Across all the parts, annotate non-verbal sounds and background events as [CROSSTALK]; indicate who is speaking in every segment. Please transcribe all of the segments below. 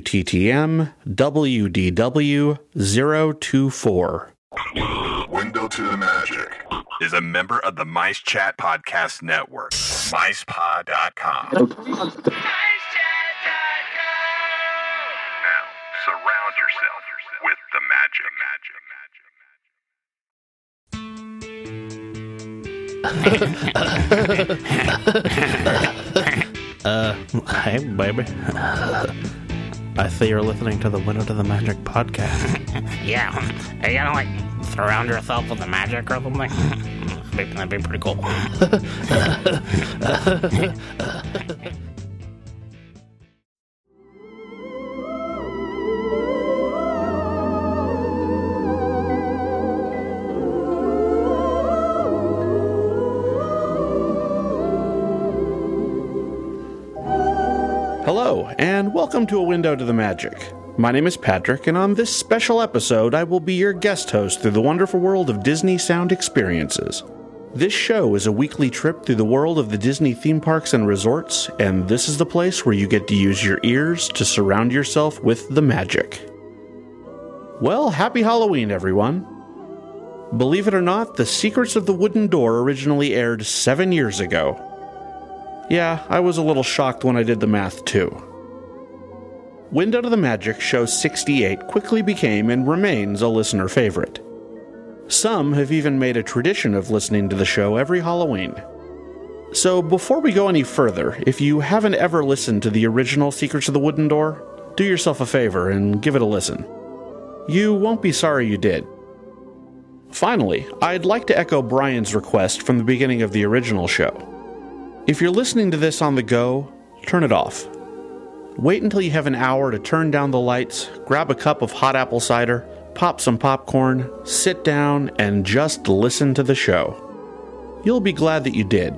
Speaker 1: WTTM WDW 024.
Speaker 2: Window to the Magic is a member of the Mice Chat Podcast Network. MicePod.com. now, surround yourself with the magic. magic, magic.
Speaker 1: Uh, Hey, baby. [LAUGHS] I see you're listening to the Window to the Magic podcast. [LAUGHS]
Speaker 3: Yeah. Are you gonna like surround yourself with the magic or something? [LAUGHS] That'd be, that'd be pretty cool.
Speaker 1: Hello, and welcome to A Window to the Magic. My name is Patrick, and on this special episode, I will be your guest host through the wonderful world of Disney sound experiences. This show is a weekly trip through the world of the Disney theme parks and resorts, and this is the place where you get to use your ears to surround yourself with the magic. Well, happy Halloween, everyone! Believe it or not, The Secrets of the Wooden Door originally aired seven years ago, yeah, I was a little shocked when I did the math too. Window to the Magic Show 68 quickly became and remains a listener favorite. Some have even made a tradition of listening to the show every Halloween. So, before we go any further, if you haven't ever listened to the original Secrets of the Wooden Door, do yourself a favor and give it a listen. You won't be sorry you did. Finally, I'd like to echo Brian's request from the beginning of the original show. If you're listening to this on the go, turn it off. Wait until you have an hour to turn down the lights, grab a cup of hot apple cider, pop some popcorn, sit down, and just listen to the show. You'll be glad that you did.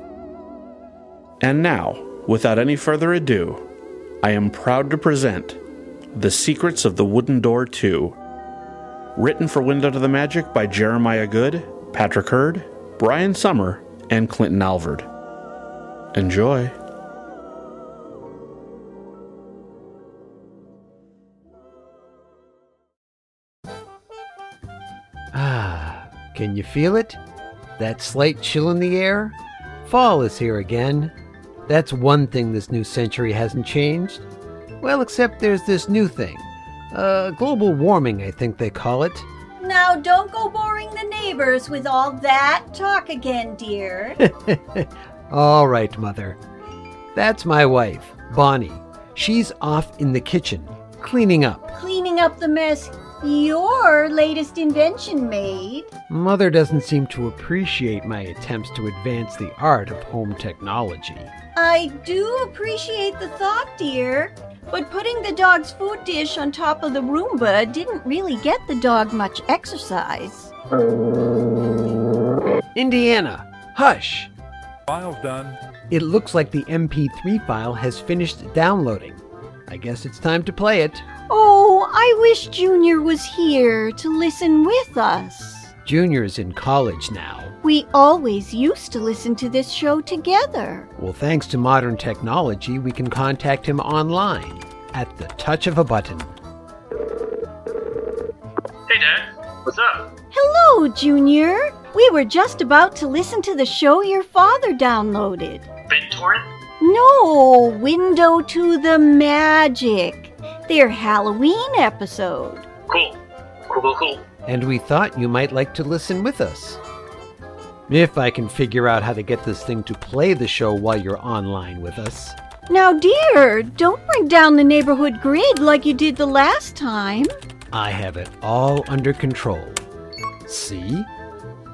Speaker 1: And now, without any further ado, I am proud to present The Secrets of the Wooden Door 2. Written for Window to the Magic by Jeremiah Good, Patrick Hurd, Brian Summer, and Clinton Alvord. Enjoy.
Speaker 4: Ah, can you feel it? That slight chill in the air? Fall is here again. That's one thing this new century hasn't changed. Well, except there's this new thing. Uh, global warming, I think they call it. [LAUGHS]
Speaker 5: Now, don't go boring the neighbors with all that talk again, dear.
Speaker 4: All right, Mother. That's my wife, Bonnie. She's off in the kitchen, cleaning up.
Speaker 5: Cleaning up the mess your latest invention made.
Speaker 4: Mother doesn't seem to appreciate my attempts to advance the art of home technology.
Speaker 5: I do appreciate the thought, dear, but putting the dog's food dish on top of the Roomba didn't really get the dog much exercise.
Speaker 4: Indiana, hush!
Speaker 6: File's done.
Speaker 4: It looks like the MP3 file has finished downloading. I guess it's time to play it.
Speaker 5: Oh, I wish Junior was here to listen with us.
Speaker 4: Junior's in college now.
Speaker 5: We always used to listen to this show together.
Speaker 4: Well, thanks to modern technology, we can contact him online at the touch of a button.
Speaker 7: Hey, Dad. What's up?
Speaker 5: Hello, Junior. We were just about to listen to the show your father downloaded.
Speaker 7: BitTorrent?
Speaker 5: No, Window to the Magic. Their Halloween episode.
Speaker 7: Cool. Cool, cool, cool.
Speaker 4: And we thought you might like to listen with us. If I can figure out how to get this thing to play the show while you're online with us.
Speaker 5: Now, dear, don't bring down the neighborhood grid like you did the last time.
Speaker 4: I have it all under control. See?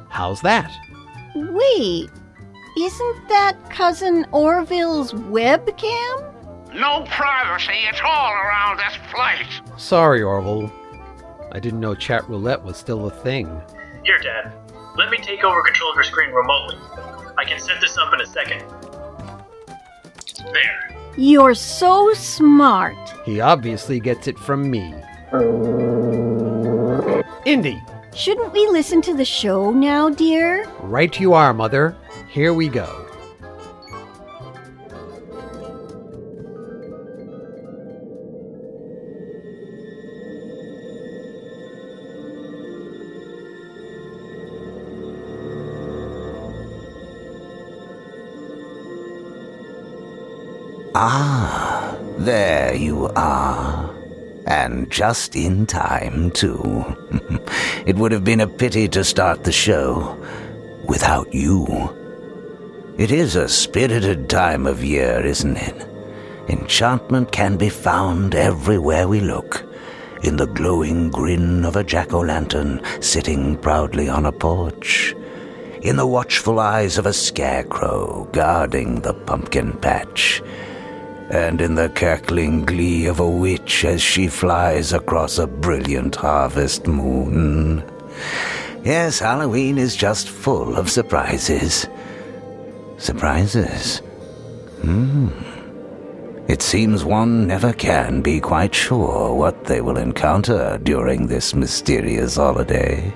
Speaker 4: How's that?
Speaker 5: Wait, isn't that Cousin Orville's webcam?
Speaker 8: No privacy at all around this place.
Speaker 4: Sorry, Orville. I didn't know chat roulette was still a thing.
Speaker 7: Here, Dad. Let me take over control of your screen remotely. I can set this up in a second. There.
Speaker 5: You're so smart.
Speaker 4: He obviously gets it from me. Indy,
Speaker 5: Shouldn't we listen to the show now, dear?
Speaker 4: right you are, Mother. Here we go.
Speaker 9: Ah, there you are. And just in time, too. [LAUGHS] it would have been a pity to start the show without you. It is a spirited time of year, isn't it? Enchantment can be found everywhere we look. In the glowing grin of a jack o' lantern sitting proudly on a porch. In the watchful eyes of a scarecrow guarding the pumpkin patch. And in the cackling glee of a witch as she flies across a brilliant harvest moon. Yes, Halloween is just full of surprises. Surprises? Hmm. It seems one never can be quite sure what they will encounter during this mysterious holiday.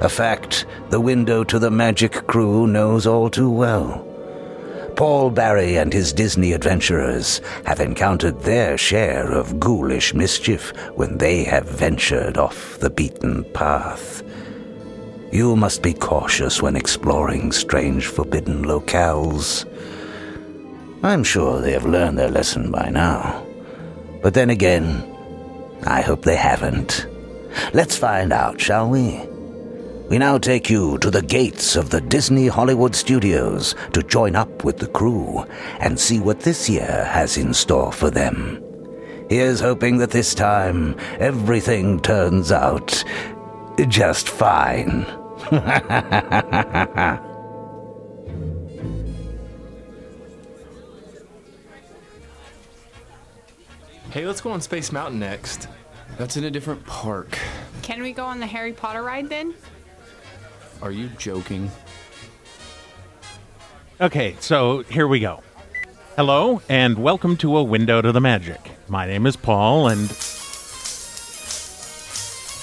Speaker 9: A fact the window to the magic crew knows all too well. Paul Barry and his Disney adventurers have encountered their share of ghoulish mischief when they have ventured off the beaten path. You must be cautious when exploring strange forbidden locales. I'm sure they have learned their lesson by now. But then again, I hope they haven't. Let's find out, shall we? We now take you to the gates of the Disney Hollywood Studios to join up with the crew and see what this year has in store for them. Here's hoping that this time everything turns out just fine. [LAUGHS]
Speaker 10: Hey, let's go on Space Mountain next. That's in a different park.
Speaker 11: Can we go on the Harry Potter ride then?
Speaker 10: Are you joking?
Speaker 12: Okay, so here we go. Hello, and welcome to A Window to the Magic. My name is Paul, and.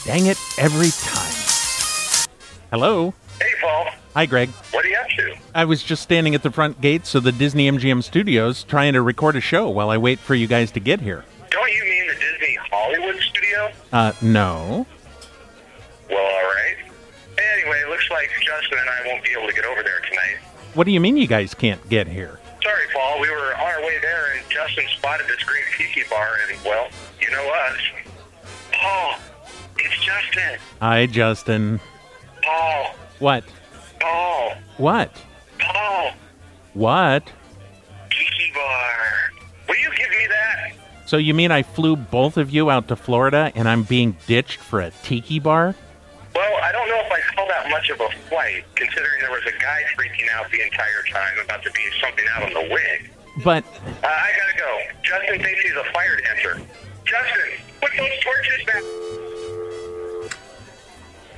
Speaker 12: Dang it, every time. Hello.
Speaker 8: Hey, Paul.
Speaker 12: Hi, Greg.
Speaker 8: What are you up to?
Speaker 12: I was just standing at the front gates of the Disney MGM studios trying to record a show while I wait for you guys to get here.
Speaker 8: Don't you mean the Disney Hollywood studio?
Speaker 12: Uh, no.
Speaker 8: Well, all right. Anyway, it looks like Justin and I won't be able to get over there tonight.
Speaker 12: What do you mean you guys can't get here?
Speaker 8: Sorry, Paul. We were on our way there, and Justin spotted this great tiki bar, and, well, you know us. Paul, it's Justin.
Speaker 12: Hi, Justin.
Speaker 8: Paul,
Speaker 12: What?
Speaker 8: Paul,
Speaker 12: What?
Speaker 8: Paul,
Speaker 12: What?
Speaker 8: tiki bar. Will you give me that?
Speaker 12: So you mean I flew both of you out to Florida and I'm being ditched for a tiki bar?
Speaker 8: Well, I don't know if I call that much of a flight, considering there was a guy freaking out the entire time about there being something out on the wing.
Speaker 12: But
Speaker 8: Uh, I gotta go. Justin thinks he's a fire dancer. Justin, put those torches back.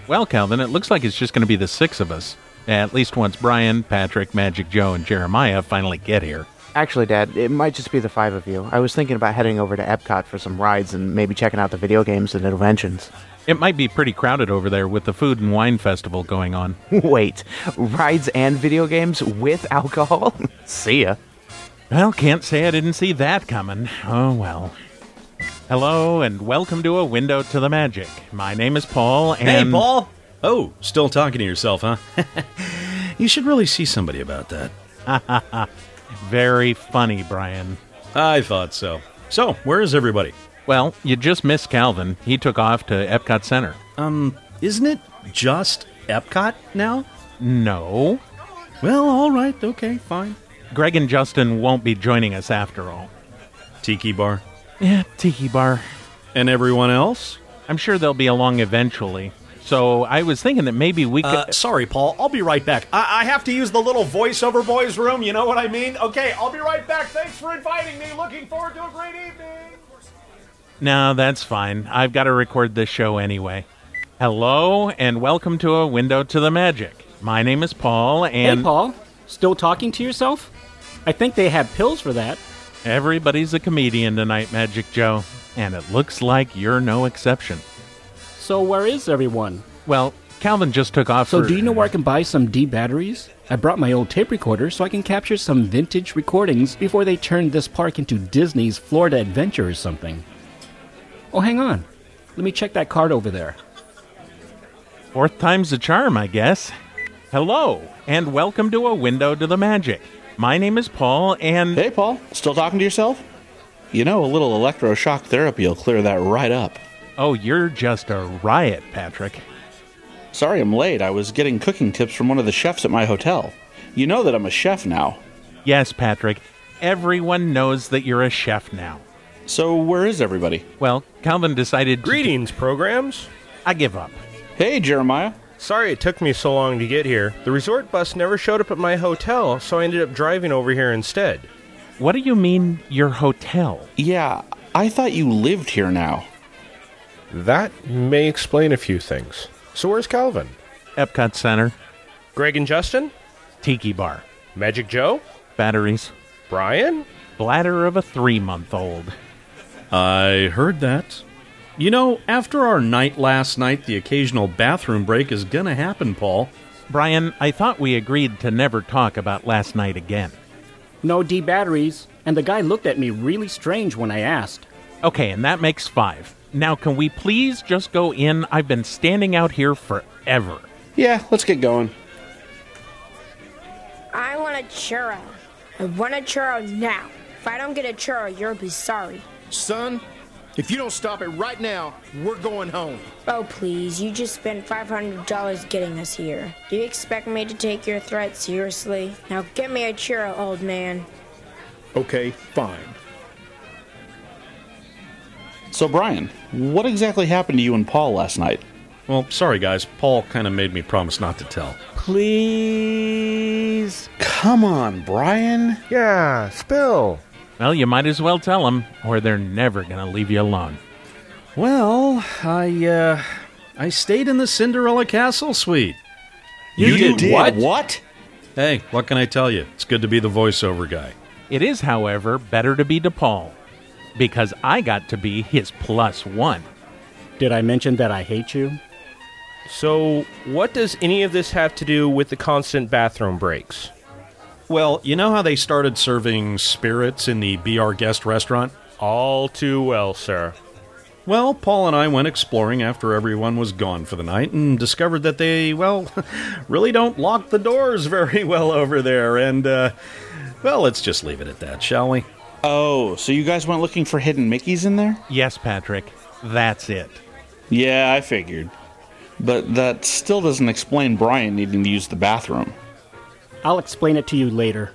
Speaker 12: well, Calvin, it looks like it's just going to be the six of us. At least once Brian, Patrick, Magic Joe, and Jeremiah finally get here.
Speaker 2: Actually, Dad, it might just be the five of you. I was thinking about heading over to Epcot for some rides and maybe checking out the video games and inventions.
Speaker 12: It might be pretty crowded over there with the food and wine festival going on.
Speaker 2: [LAUGHS] Wait, rides and video games with alcohol? [LAUGHS] See ya.
Speaker 12: Well, can't say I didn't see that coming. Oh well. Hello and welcome to A Window to the Magic. My name is Paul and
Speaker 13: Hey, Paul. Oh, still talking to
Speaker 14: [LAUGHS]
Speaker 13: yourself, huh? you should really see somebody about that.
Speaker 12: [LAUGHS] Very funny, Brian.
Speaker 13: I thought so. So, where is everybody?
Speaker 12: Well, you just missed Calvin. He took off to Epcot Center.
Speaker 13: Um, isn't it just Epcot now?
Speaker 12: No.
Speaker 13: Well, all right. Okay, fine.
Speaker 12: Greg and Justin won't be joining us after all.
Speaker 13: Tiki bar.
Speaker 12: Yeah, Tiki Bar.
Speaker 13: And everyone else?
Speaker 12: I'm sure they'll be along eventually. So I was thinking that maybe we could.
Speaker 14: Uh, sorry, Paul. I'll be right back. I-, I have to use the little voiceover boys room. You know what I mean? Okay, I'll be right back. Thanks for inviting me. Looking forward to a great evening.
Speaker 12: No, that's fine. I've got to record this show anyway. Hello, and welcome to A Window to the Magic. My name is Paul, and.
Speaker 3: [LAUGHS] Hey, Paul. Still talking to yourself? I think they have pills for that.
Speaker 12: Everybody's a comedian tonight, Magic Joe, and it looks like you're no exception.
Speaker 3: So where is everyone?
Speaker 12: Well, Calvin just took off.
Speaker 3: So
Speaker 12: for-
Speaker 3: do you know where I can buy some D batteries? I brought my old tape recorder so I can capture some vintage recordings before they turn this park into Disney's Florida Adventure or something. Oh, hang on. Let me check that card over there.
Speaker 12: Fourth time's the charm, I guess. Hello, and welcome to A Window to the Magic. My name is Paul, and.
Speaker 1: Hey, Paul. Still talking to yourself? You know, a little electroshock therapy will clear that right up.
Speaker 12: Oh, you're just a riot, Patrick.
Speaker 1: Sorry I'm late. I was getting cooking tips from one of the chefs at my hotel. You know that I'm a chef now.
Speaker 12: Yes, Patrick. Everyone knows that you're a chef now.
Speaker 1: So, where is everybody?
Speaker 12: Well, Calvin decided.
Speaker 15: Greetings, programs.
Speaker 12: I give up.
Speaker 1: Hey, Jeremiah.
Speaker 15: Sorry it took me so long to get here. The resort bus never showed up at my hotel, so I ended up driving over here instead.
Speaker 12: What do you mean, your hotel?
Speaker 1: Yeah, I thought you lived here now.
Speaker 15: That may explain a few things. So, where's Calvin?
Speaker 12: Epcot Center,
Speaker 15: Greg and Justin?
Speaker 12: Tiki Bar,
Speaker 15: Magic Joe?
Speaker 12: batteries,
Speaker 15: Brian?
Speaker 12: bladder of a three month old.
Speaker 13: I heard that. You know, after our night last night, the occasional bathroom break is gonna happen, Paul.
Speaker 12: Brian, I thought we agreed to never talk about last night again.
Speaker 3: No D batteries, and the guy looked at me really strange when I asked.
Speaker 12: Okay, and that makes five. Now, can we please just go in? I've been standing out here forever.
Speaker 1: Yeah, let's get going.
Speaker 16: I want a churro. I want a churro now. If I don't get a churro, you'll be sorry.
Speaker 17: Son, if you don't stop it right now, we're going home.
Speaker 16: Oh, please, you just spent $500 getting us here. Do you expect me to take your threat seriously? Now get me a churro, old man.
Speaker 17: Okay, fine.
Speaker 1: So, Brian, what exactly happened to you and Paul last night?
Speaker 13: Well, sorry guys, Paul kind of made me promise not to tell.
Speaker 1: Please. Come on, Brian.
Speaker 15: Yeah, spill.
Speaker 12: Well, you might as well tell them, or they're never going to leave you alone.
Speaker 13: Well, I uh I stayed in the Cinderella Castle suite.
Speaker 1: You did what? What?
Speaker 13: Hey, what can I tell you? It's good to be the voiceover guy.
Speaker 12: It is, however, better to be DePaul, because I got to be his plus one.
Speaker 3: Did I mention that I hate you?
Speaker 15: So, what does any of this have to do with the constant bathroom breaks?
Speaker 13: Well, you know how they started serving spirits in the Be Our Guest restaurant?
Speaker 15: All too well, sir.
Speaker 13: Well, Paul and I went exploring after everyone was gone for the night and discovered that they, well, [LAUGHS] really don't lock the doors very well over there. And, uh, well, let's just leave it at that, shall we?
Speaker 1: Oh, so you guys went looking for hidden Mickeys in there?
Speaker 12: Yes, Patrick, that's it.
Speaker 1: Yeah, I figured. But that still doesn't explain Brian needing to use the bathroom.
Speaker 3: I'll explain it to you later.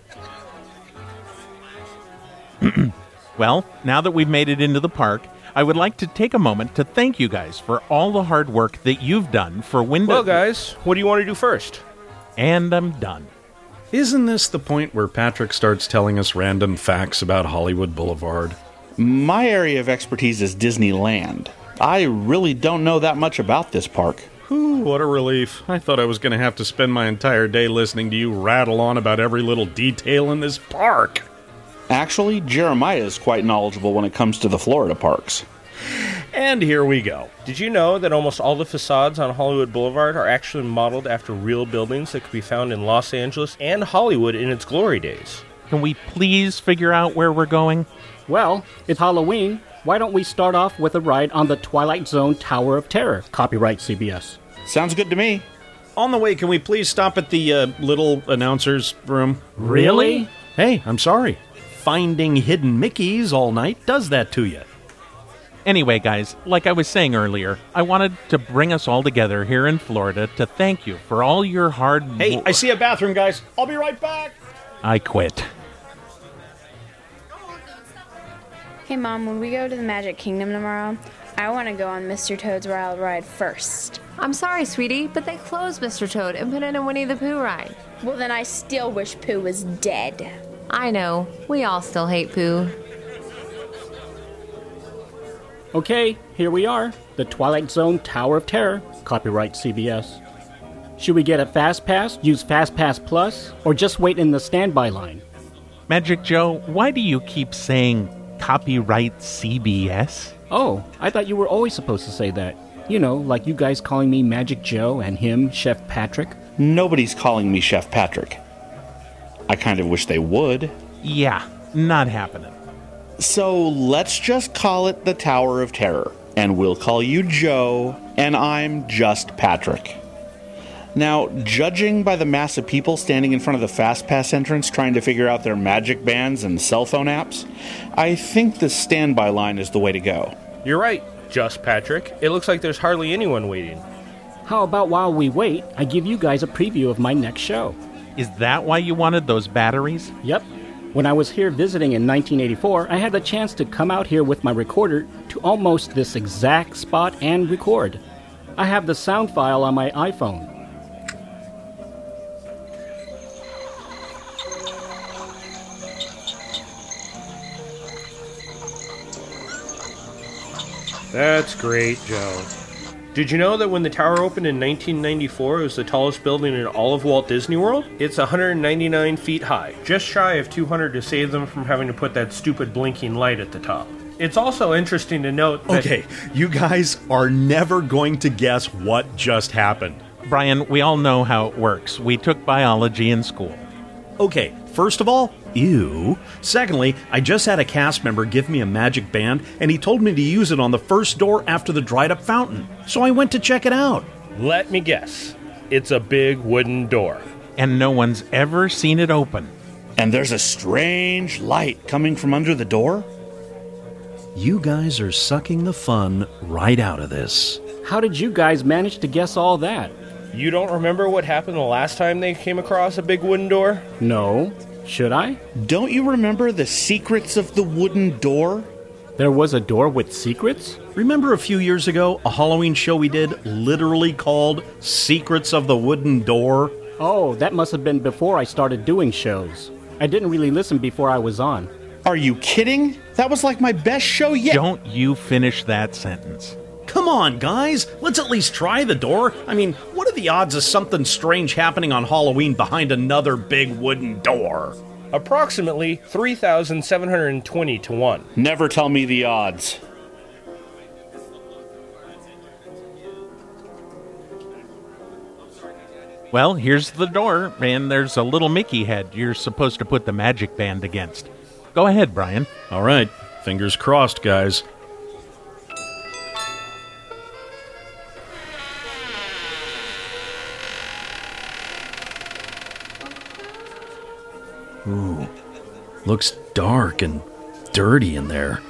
Speaker 12: Well, now that we've made it into the park, I would like to take a moment to thank you guys for all the hard work that you've done for Window.
Speaker 15: Well, guys, what do you want to do first?
Speaker 12: And I'm done.
Speaker 13: Isn't this the point where Patrick starts telling us random facts about Hollywood Boulevard?
Speaker 1: My area of expertise is Disneyland. I really don't know that much about this park.
Speaker 13: Whew, what a relief. I thought I was going to have to spend my entire day listening to you rattle on about every little detail in this park.
Speaker 1: Actually, Jeremiah is quite knowledgeable when it comes to the Florida parks.
Speaker 13: And here we go.
Speaker 15: Did you know that almost all the facades on Hollywood Boulevard are actually modeled after real buildings that could be found in Los Angeles and Hollywood in its glory days?
Speaker 12: Can we please figure out where we're going?
Speaker 3: Well, it's Halloween. Why don't we start off with a ride on the Twilight Zone Tower of Terror? Copyright CBS.
Speaker 1: Sounds good to me.
Speaker 13: On the way, can we please stop at the uh, little announcer's room?
Speaker 3: Really?
Speaker 13: Hey, I'm sorry. Finding hidden Mickeys all night does that to you.
Speaker 12: Anyway, guys, like I was saying earlier, I wanted to bring us all together here in Florida to thank you for all your hard
Speaker 14: Hey,
Speaker 12: wo-
Speaker 14: I see a bathroom, guys. I'll be right back.
Speaker 12: I quit.
Speaker 16: Hey, Mom, when we go to the Magic Kingdom tomorrow, I want to go on Mr. Toad's Wild Ride first.
Speaker 18: I'm sorry, sweetie, but they closed Mr. Toad and put in a Winnie the Pooh ride.
Speaker 16: Well, then I still wish Pooh was dead.
Speaker 18: I know, we all still hate Pooh.
Speaker 3: Okay, here we are. The Twilight Zone Tower of Terror. Copyright CBS. Should we get a Fast Pass, use Fast Pass Plus, or just wait in the standby line?
Speaker 12: Magic Joe, why do you keep saying copyright CBS?
Speaker 3: Oh, I thought you were always supposed to say that. You know, like you guys calling me Magic Joe and him Chef Patrick.
Speaker 1: Nobody's calling me Chef Patrick. I kind of wish they would.
Speaker 12: Yeah, not happening.
Speaker 1: So let's just call it the Tower of Terror, and we'll call you Joe, and I'm just Patrick. Now, judging by the mass of people standing in front of the Fast Pass entrance trying to figure out their magic bands and cell phone apps, I think the standby line is the way to go.
Speaker 15: You're right, Just Patrick. It looks like there's hardly anyone waiting.
Speaker 3: How about while we wait, I give you guys a preview of my next show?
Speaker 12: Is that why you wanted those batteries?
Speaker 3: Yep. When I was here visiting in 1984, I had the chance to come out here with my recorder to almost this exact spot and record. I have the sound file on my iPhone.
Speaker 15: That's great, Joe. Did you know that when the tower opened in 1994, it was the tallest building in all of Walt Disney World? It's 199 feet high, just shy of 200 to save them from having to put that stupid blinking light at the top. It's also interesting to note that.
Speaker 14: Okay, you guys are never going to guess what just happened.
Speaker 12: Brian, we all know how it works. We took biology in school.
Speaker 14: Okay, first of all, ew. Secondly, I just had a cast member give me a magic band, and he told me to use it on the first door after the dried up fountain. So I went to check it out.
Speaker 15: Let me guess. It's a big wooden door.
Speaker 12: And no one's ever seen it open.
Speaker 1: And there's a strange light coming from under the door?
Speaker 14: You guys are sucking the fun right out of this.
Speaker 3: How did you guys manage to guess all that?
Speaker 15: You don't remember what happened the last time they came across a big wooden door?
Speaker 3: No. Should I?
Speaker 1: Don't you remember the secrets of the wooden door?
Speaker 3: There was a door with secrets?
Speaker 14: Remember a few years ago, a Halloween show we did literally called Secrets of the Wooden Door?
Speaker 3: Oh, that must have been before I started doing shows. I didn't really listen before I was on.
Speaker 1: Are you kidding? That was like my best show yet.
Speaker 12: Don't you finish that sentence.
Speaker 14: Come on, guys, let's at least try the door. I mean, what are the odds of something strange happening on Halloween behind another big wooden door?
Speaker 15: Approximately 3,720 to 1.
Speaker 1: Never tell me the odds.
Speaker 12: Well, here's the door, and there's a little Mickey head you're supposed to put the magic band against. Go ahead, Brian.
Speaker 13: All right, fingers crossed, guys. Ooh, looks dark and dirty in there.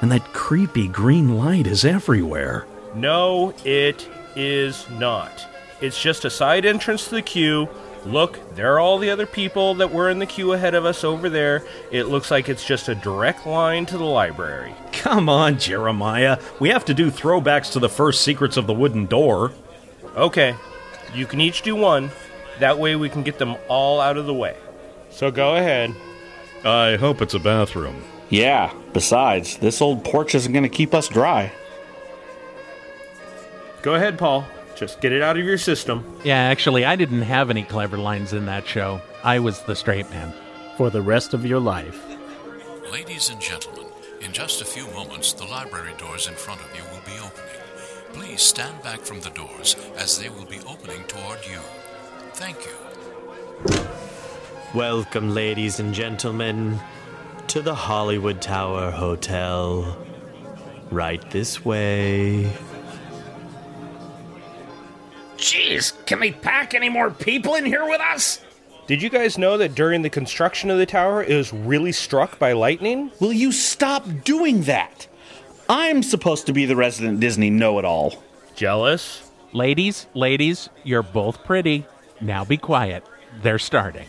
Speaker 13: And that creepy green light is everywhere.
Speaker 15: No, it is not. It's just a side entrance to the queue. Look, there are all the other people that were in the queue ahead of us over there. It looks like it's just a direct line to the library.
Speaker 14: Come on, Jeremiah. We have to do throwbacks to the first Secrets of the Wooden Door.
Speaker 15: Okay, you can each do one. That way we can get them all out of the way. So go ahead.
Speaker 13: I hope it's a bathroom.
Speaker 1: Yeah, besides, this old porch isn't going to keep us dry.
Speaker 15: Go ahead, Paul. Just get it out of your system.
Speaker 12: Yeah, actually, I didn't have any clever lines in that show. I was the straight man.
Speaker 3: For the rest of your life.
Speaker 19: Ladies and gentlemen, in just a few moments, the library doors in front of you will be opening. Please stand back from the doors as they will be opening toward you. Thank you.
Speaker 7: Welcome, ladies and gentlemen, to the Hollywood Tower Hotel. Right this way.
Speaker 4: Jeez, can we pack any more people in here with us?
Speaker 15: Did you guys know that during the construction of the tower, it was really struck by lightning?
Speaker 1: Will you stop doing that? I'm supposed to be the resident Disney know it all.
Speaker 15: Jealous?
Speaker 12: Ladies, ladies, you're both pretty. Now be quiet. They're starting.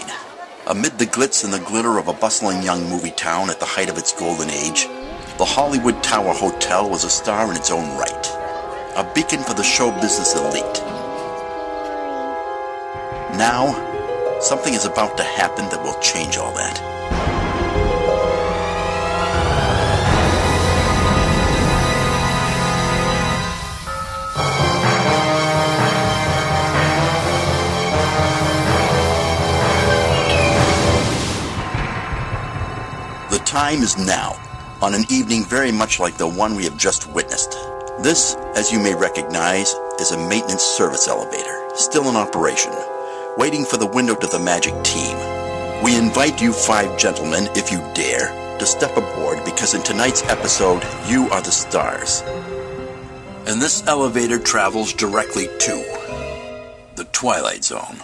Speaker 20: Amid the glitz and the glitter of a bustling young movie town at the height of its golden age, the Hollywood Tower Hotel was a star in its own right, a beacon for the show business elite. Now, something is about to happen that will change all that. time is now, on an evening very much like the one we have just witnessed. This, as you may recognize, is a maintenance service elevator, still in operation, waiting for the window to the magic team. We invite you five gentlemen, if you dare, to step aboard because in tonight's episode, you are the stars. And this elevator travels directly to the Twilight Zone.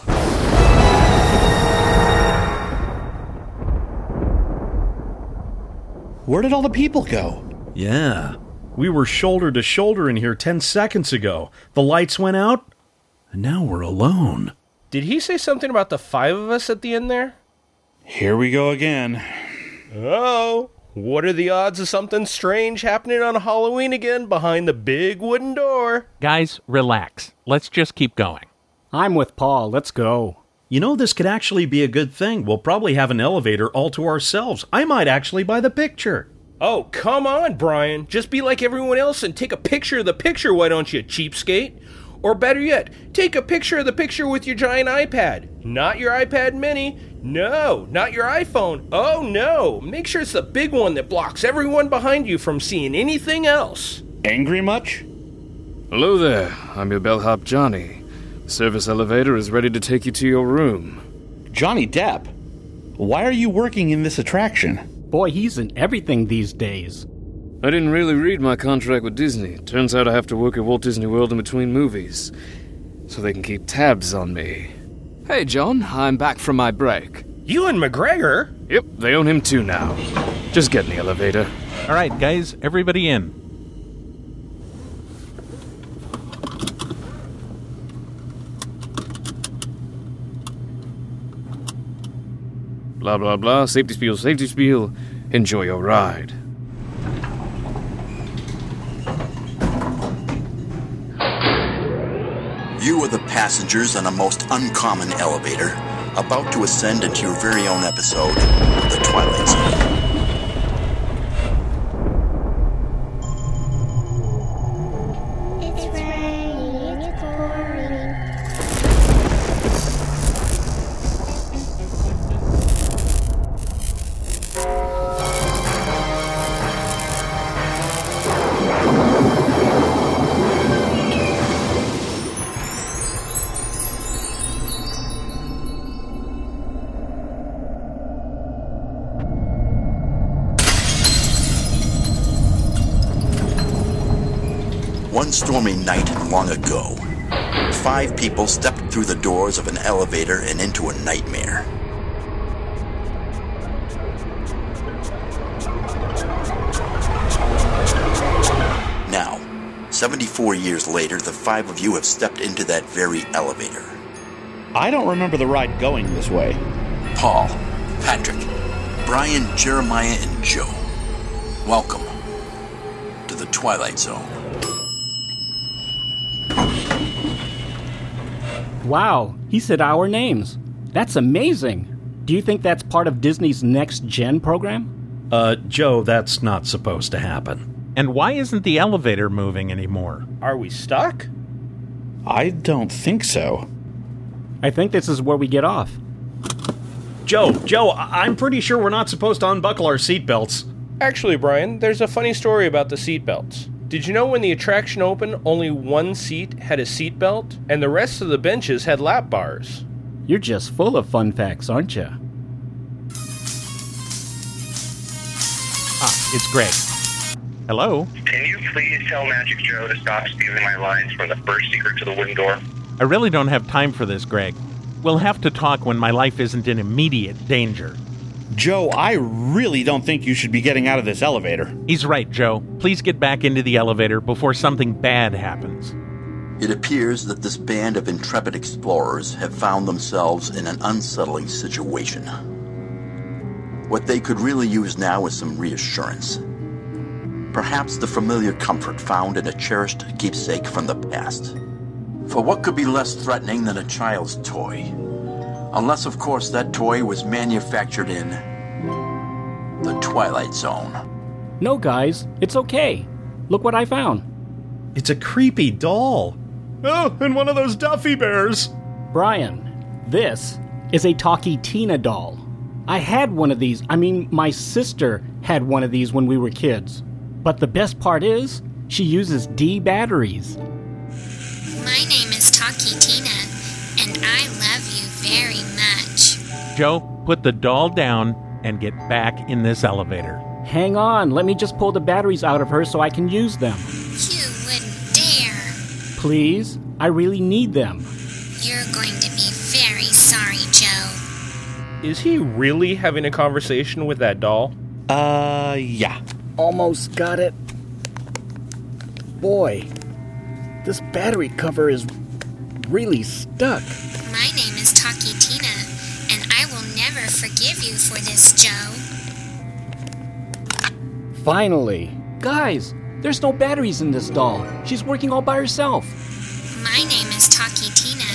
Speaker 1: Where did all the people go?
Speaker 13: Yeah. We were shoulder to shoulder in here 10 seconds ago. The lights went out, and now we're alone.
Speaker 15: Did he say something about the five of us at the end there?
Speaker 1: Here we go again.
Speaker 15: Oh, what are the odds of something strange happening on Halloween again behind the big wooden door?
Speaker 12: Guys, relax. Let's just keep going.
Speaker 3: I'm with Paul. Let's go.
Speaker 13: You know, this could actually be a good thing. We'll probably have an elevator all to ourselves. I might actually buy the picture.
Speaker 15: Oh, come on, Brian. Just be like everyone else and take a picture of the picture, why don't you, cheapskate? Or better yet, take a picture of the picture with your giant iPad. Not your iPad mini. No, not your iPhone. Oh no, make sure it's the big one that blocks everyone behind you from seeing anything else.
Speaker 1: Angry much?
Speaker 21: Hello there, I'm your bellhop Johnny. The service elevator is ready to take you to your room.
Speaker 1: Johnny Depp? Why are you working in this attraction?
Speaker 3: Boy, he's in everything these days.
Speaker 21: I didn't really read my contract with Disney. Turns out I have to work at Walt Disney World in between movies, so they can keep tabs on me. Hey, John, I'm back from my break.
Speaker 15: You and McGregor?
Speaker 21: Yep, they own him too now. Just get in the elevator.
Speaker 12: All right, guys, everybody in.
Speaker 21: Blah, blah, blah. Safety spiel, safety spiel. Enjoy your ride.
Speaker 20: You are the passengers on a most uncommon elevator, about to ascend into your very own episode of The Twilight Zone. One stormy night long ago, five people stepped through the doors of an elevator and into a nightmare. Now, 74 years later, the five of you have stepped into that very elevator.
Speaker 1: I don't remember the ride going this way.
Speaker 20: Paul, Patrick, Brian, Jeremiah, and Joe, welcome to the Twilight Zone.
Speaker 3: Wow, he said our names. That's amazing. Do you think that's part of Disney's next gen program?
Speaker 13: Uh, Joe, that's not supposed to happen.
Speaker 12: And why isn't the elevator moving anymore?
Speaker 15: Are we stuck?
Speaker 1: I don't think so.
Speaker 3: I think this is where we get off.
Speaker 13: Joe, Joe, I- I'm pretty sure we're not supposed to unbuckle our seatbelts.
Speaker 15: Actually, Brian, there's a funny story about the seatbelts. Did you know when the attraction opened, only one seat had a seatbelt, and the rest of the benches had lap bars?
Speaker 3: You're just full of fun facts, aren't you?
Speaker 12: Ah, it's Greg. Hello?
Speaker 8: Can you please tell Magic Joe to stop stealing my lines from the first secret to the wooden door?
Speaker 12: I really don't have time for this, Greg. We'll have to talk when my life isn't in immediate danger.
Speaker 1: Joe, I really don't think you should be getting out of this elevator.
Speaker 12: He's right, Joe. Please get back into the elevator before something bad happens.
Speaker 20: It appears that this band of intrepid explorers have found themselves in an unsettling situation. What they could really use now is some reassurance. Perhaps the familiar comfort found in a cherished keepsake from the past. For what could be less threatening than a child's toy? Unless, of course, that toy was manufactured in the Twilight Zone.
Speaker 3: No, guys, it's okay. Look what I found.
Speaker 13: It's a creepy doll. Oh, and one of those Duffy bears.
Speaker 3: Brian, this is a talkie Tina doll. I had one of these. I mean, my sister had one of these when we were kids. But the best part is, she uses D batteries.
Speaker 5: My name is Taki Tina, and I love you very much.
Speaker 12: Joe, put the doll down and get back in this elevator.
Speaker 3: Hang on, let me just pull the batteries out of her so I can use them.
Speaker 5: You wouldn't dare.
Speaker 3: Please, I really need them.
Speaker 5: You're going to be very sorry, Joe.
Speaker 15: Is he really having a conversation with that doll?
Speaker 3: Uh, yeah.
Speaker 22: Almost got it. Boy, this battery cover is really stuck.
Speaker 5: My name is Taki Tina, and I will never forgive you for this, Joe.
Speaker 3: Finally. Guys, there's no batteries in this doll. She's working all by herself.
Speaker 5: My name is Taki Tina,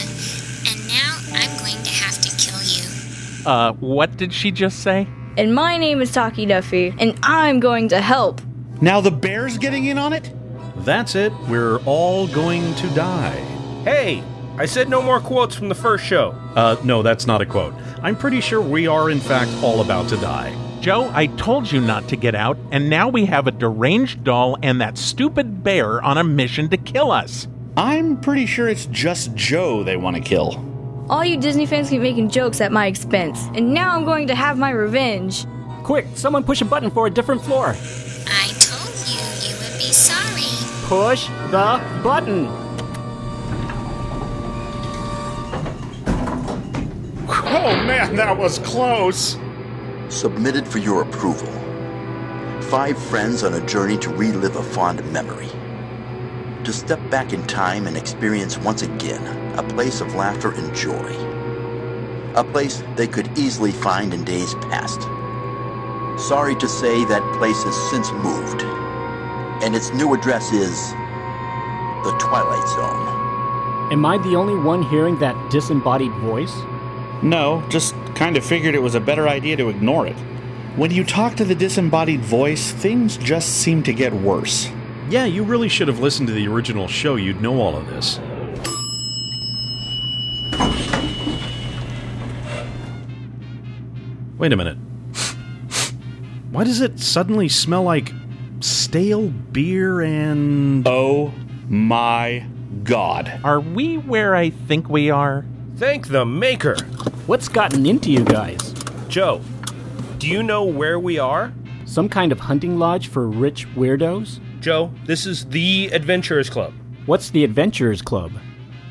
Speaker 5: and now I'm going to have to kill you.
Speaker 12: Uh, what did she just say?
Speaker 23: And my name is Taki Duffy, and I'm going to help.
Speaker 1: Now the bear's getting in on it?
Speaker 13: That's it. We're all going to die.
Speaker 15: Hey, I said no more quotes from the first show.
Speaker 13: Uh, no, that's not a quote. I'm pretty sure we are, in fact, all about to die.
Speaker 12: Joe, I told you not to get out, and now we have a deranged doll and that stupid bear on a mission to kill us.
Speaker 1: I'm pretty sure it's just Joe they want to kill.
Speaker 23: All you Disney fans keep making jokes at my expense, and now I'm going to have my revenge.
Speaker 3: Quick, someone push a button for a different floor.
Speaker 5: I told you you would be sorry.
Speaker 3: Push the button.
Speaker 1: Oh man, that
Speaker 17: [SIGHS]
Speaker 4: [SIGHS]
Speaker 1: was close!
Speaker 20: Submitted for your approval. Five friends on a journey to relive a fond memory. To step back in time and experience once again a place of laughter and joy. A place they could easily find in days past. Sorry to say that place has since moved, and its new address is the Twilight Zone.
Speaker 3: Am I the only one hearing that disembodied voice?
Speaker 1: No, just kind of figured it was a better idea to ignore it. When you talk to the disembodied voice, things just seem to get worse.
Speaker 13: Yeah, you really should have listened to the original show. You'd know all of this. Wait a minute. [LAUGHS] Why does it suddenly smell like stale beer and.
Speaker 1: Oh my god.
Speaker 12: Are we where I think we are?
Speaker 15: Thank the maker.
Speaker 3: What's gotten into you guys?
Speaker 15: Joe, do you know where we are?
Speaker 3: Some kind of hunting lodge for rich weirdos?
Speaker 15: Joe, this is the Adventurers Club.
Speaker 3: What's the Adventurers Club?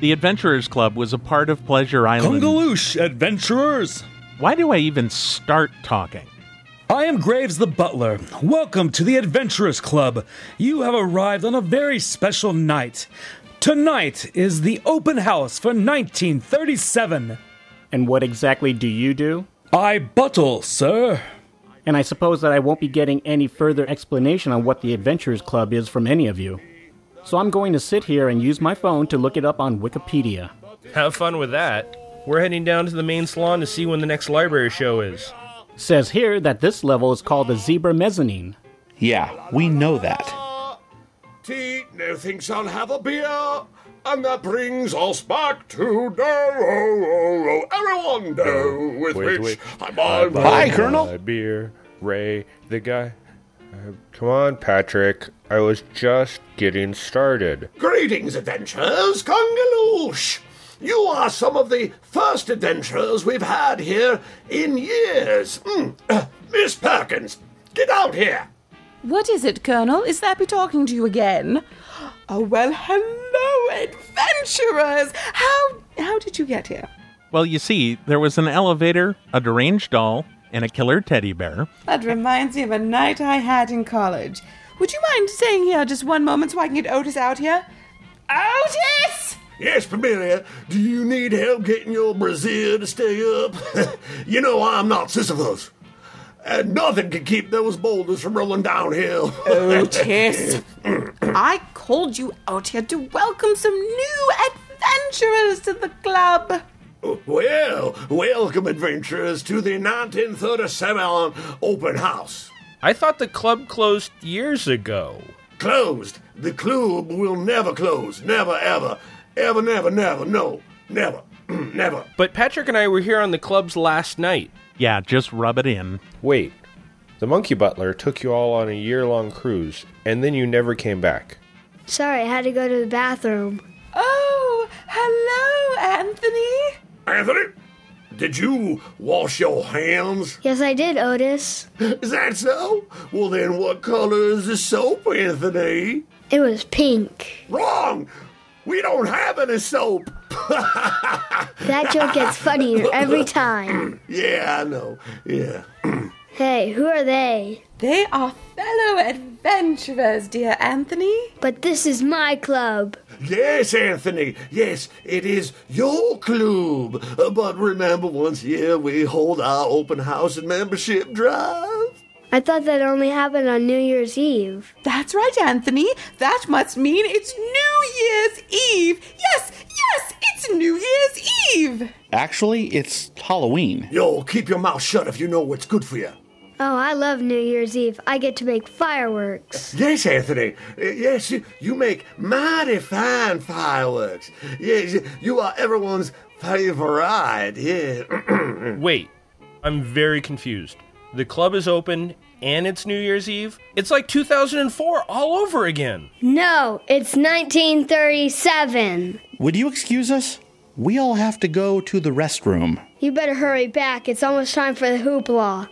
Speaker 12: The Adventurers Club was a part of Pleasure Island.
Speaker 24: Kungaloosh, adventurers!
Speaker 12: Why do I even start talking?
Speaker 24: I am Graves the Butler. Welcome to the Adventurers Club. You have arrived on a very special night. Tonight is the open house for 1937.
Speaker 3: And what exactly do you do?
Speaker 24: I buttle, sir.
Speaker 3: And I suppose that I won't be getting any further explanation on what the Adventurers Club is from any of you. So I'm going to sit here and use my phone to look it up on Wikipedia.
Speaker 15: Have fun with that. We're heading down to the main salon to see when the next library show is.
Speaker 3: Says here that this level is called the Zebra Mezzanine.
Speaker 1: Yeah, we know that.
Speaker 25: Tea, no thinks I'll have a beer. And that brings us back to Doro. Everyone know with
Speaker 15: Wait,
Speaker 25: which
Speaker 15: wait.
Speaker 25: I'm
Speaker 15: Bye,
Speaker 25: on my-
Speaker 15: bye, Colonel. Beer, Ray, the guy. Uh, come on, Patrick. I was just getting started.
Speaker 25: Greetings, adventurers. Kungaloosh. You are some of the first adventurers we've had here in years. Mm. uh, [CLEARS THROAT] Miss Perkins, get out here.
Speaker 26: What is it, Colonel? Is Snappy talking to you again? Oh well, hello, adventurers. How how did you get here?
Speaker 12: Well, you see, there was an elevator, a deranged doll, and a killer teddy bear.
Speaker 26: That reminds me of a night I had in college. Would you mind staying here just one moment so I can get Otis out here? Otis!
Speaker 25: Yes, Pamelia, do you need help getting your brassiere to stay up? [LAUGHS] you know I'm not Sisyphus. And nothing can keep those boulders from rolling downhill. [LAUGHS]
Speaker 26: Otis. I called you out here to welcome some new adventurers to the club.
Speaker 25: well, welcome, adventurers, to the 1937 open house.
Speaker 15: I thought the club closed years ago.
Speaker 25: Closed. The club will never close. Never, ever. Ever, never, never. No. Never. [CLEARS THROAT] never.
Speaker 15: But Patrick and I were here on the club's last night.
Speaker 12: Yeah, just rub it in.
Speaker 15: Wait, The monkey butler took you all on a year long cruise, and then you never came back.
Speaker 27: Sorry, I had to go to the bathroom.
Speaker 26: Oh, hello, Anthony.
Speaker 25: Anthony, did you wash your hands?
Speaker 27: Yes, I did, Otis.
Speaker 25: Is that so? Well, then, what color is the soap, Anthony?
Speaker 27: It was pink.
Speaker 25: Wrong! We don't have any soap! [LAUGHS]
Speaker 27: That joke gets funnier every time.
Speaker 25: Yeah, I know. Yeah.
Speaker 27: Hey, who are they?
Speaker 26: They are fellow adventurers, dear Anthony.
Speaker 27: But this is my club.
Speaker 25: Yes, Anthony. Yes, it is your club. Uh, But remember, once a year we hold our open house and membership
Speaker 26: Oh.
Speaker 25: drive.
Speaker 27: I thought that only happened on New Year's Eve.
Speaker 26: That's right, Anthony. That must mean it's New Year's Eve. Yes, yes, it's New Year's Eve.
Speaker 11: Actually, it's Halloween.
Speaker 25: Yo, keep your mouth shut if you know what's good for you.
Speaker 27: Oh, I love New Year's Eve. I get to make fireworks.
Speaker 25: Yes, Anthony. Uh, Yes, you, you make mighty fine fireworks. Yes, you are everyone's favorite.
Speaker 15: [COUGHS]
Speaker 25: Yeah.
Speaker 15: Wait, I'm very confused. The club is open, and it's New Year's Eve? It's like 2004 all over again.
Speaker 27: No, it's 1937.
Speaker 11: Would you excuse us? We all have to go to the restroom.
Speaker 27: You better hurry back. It's almost time for the hoopla.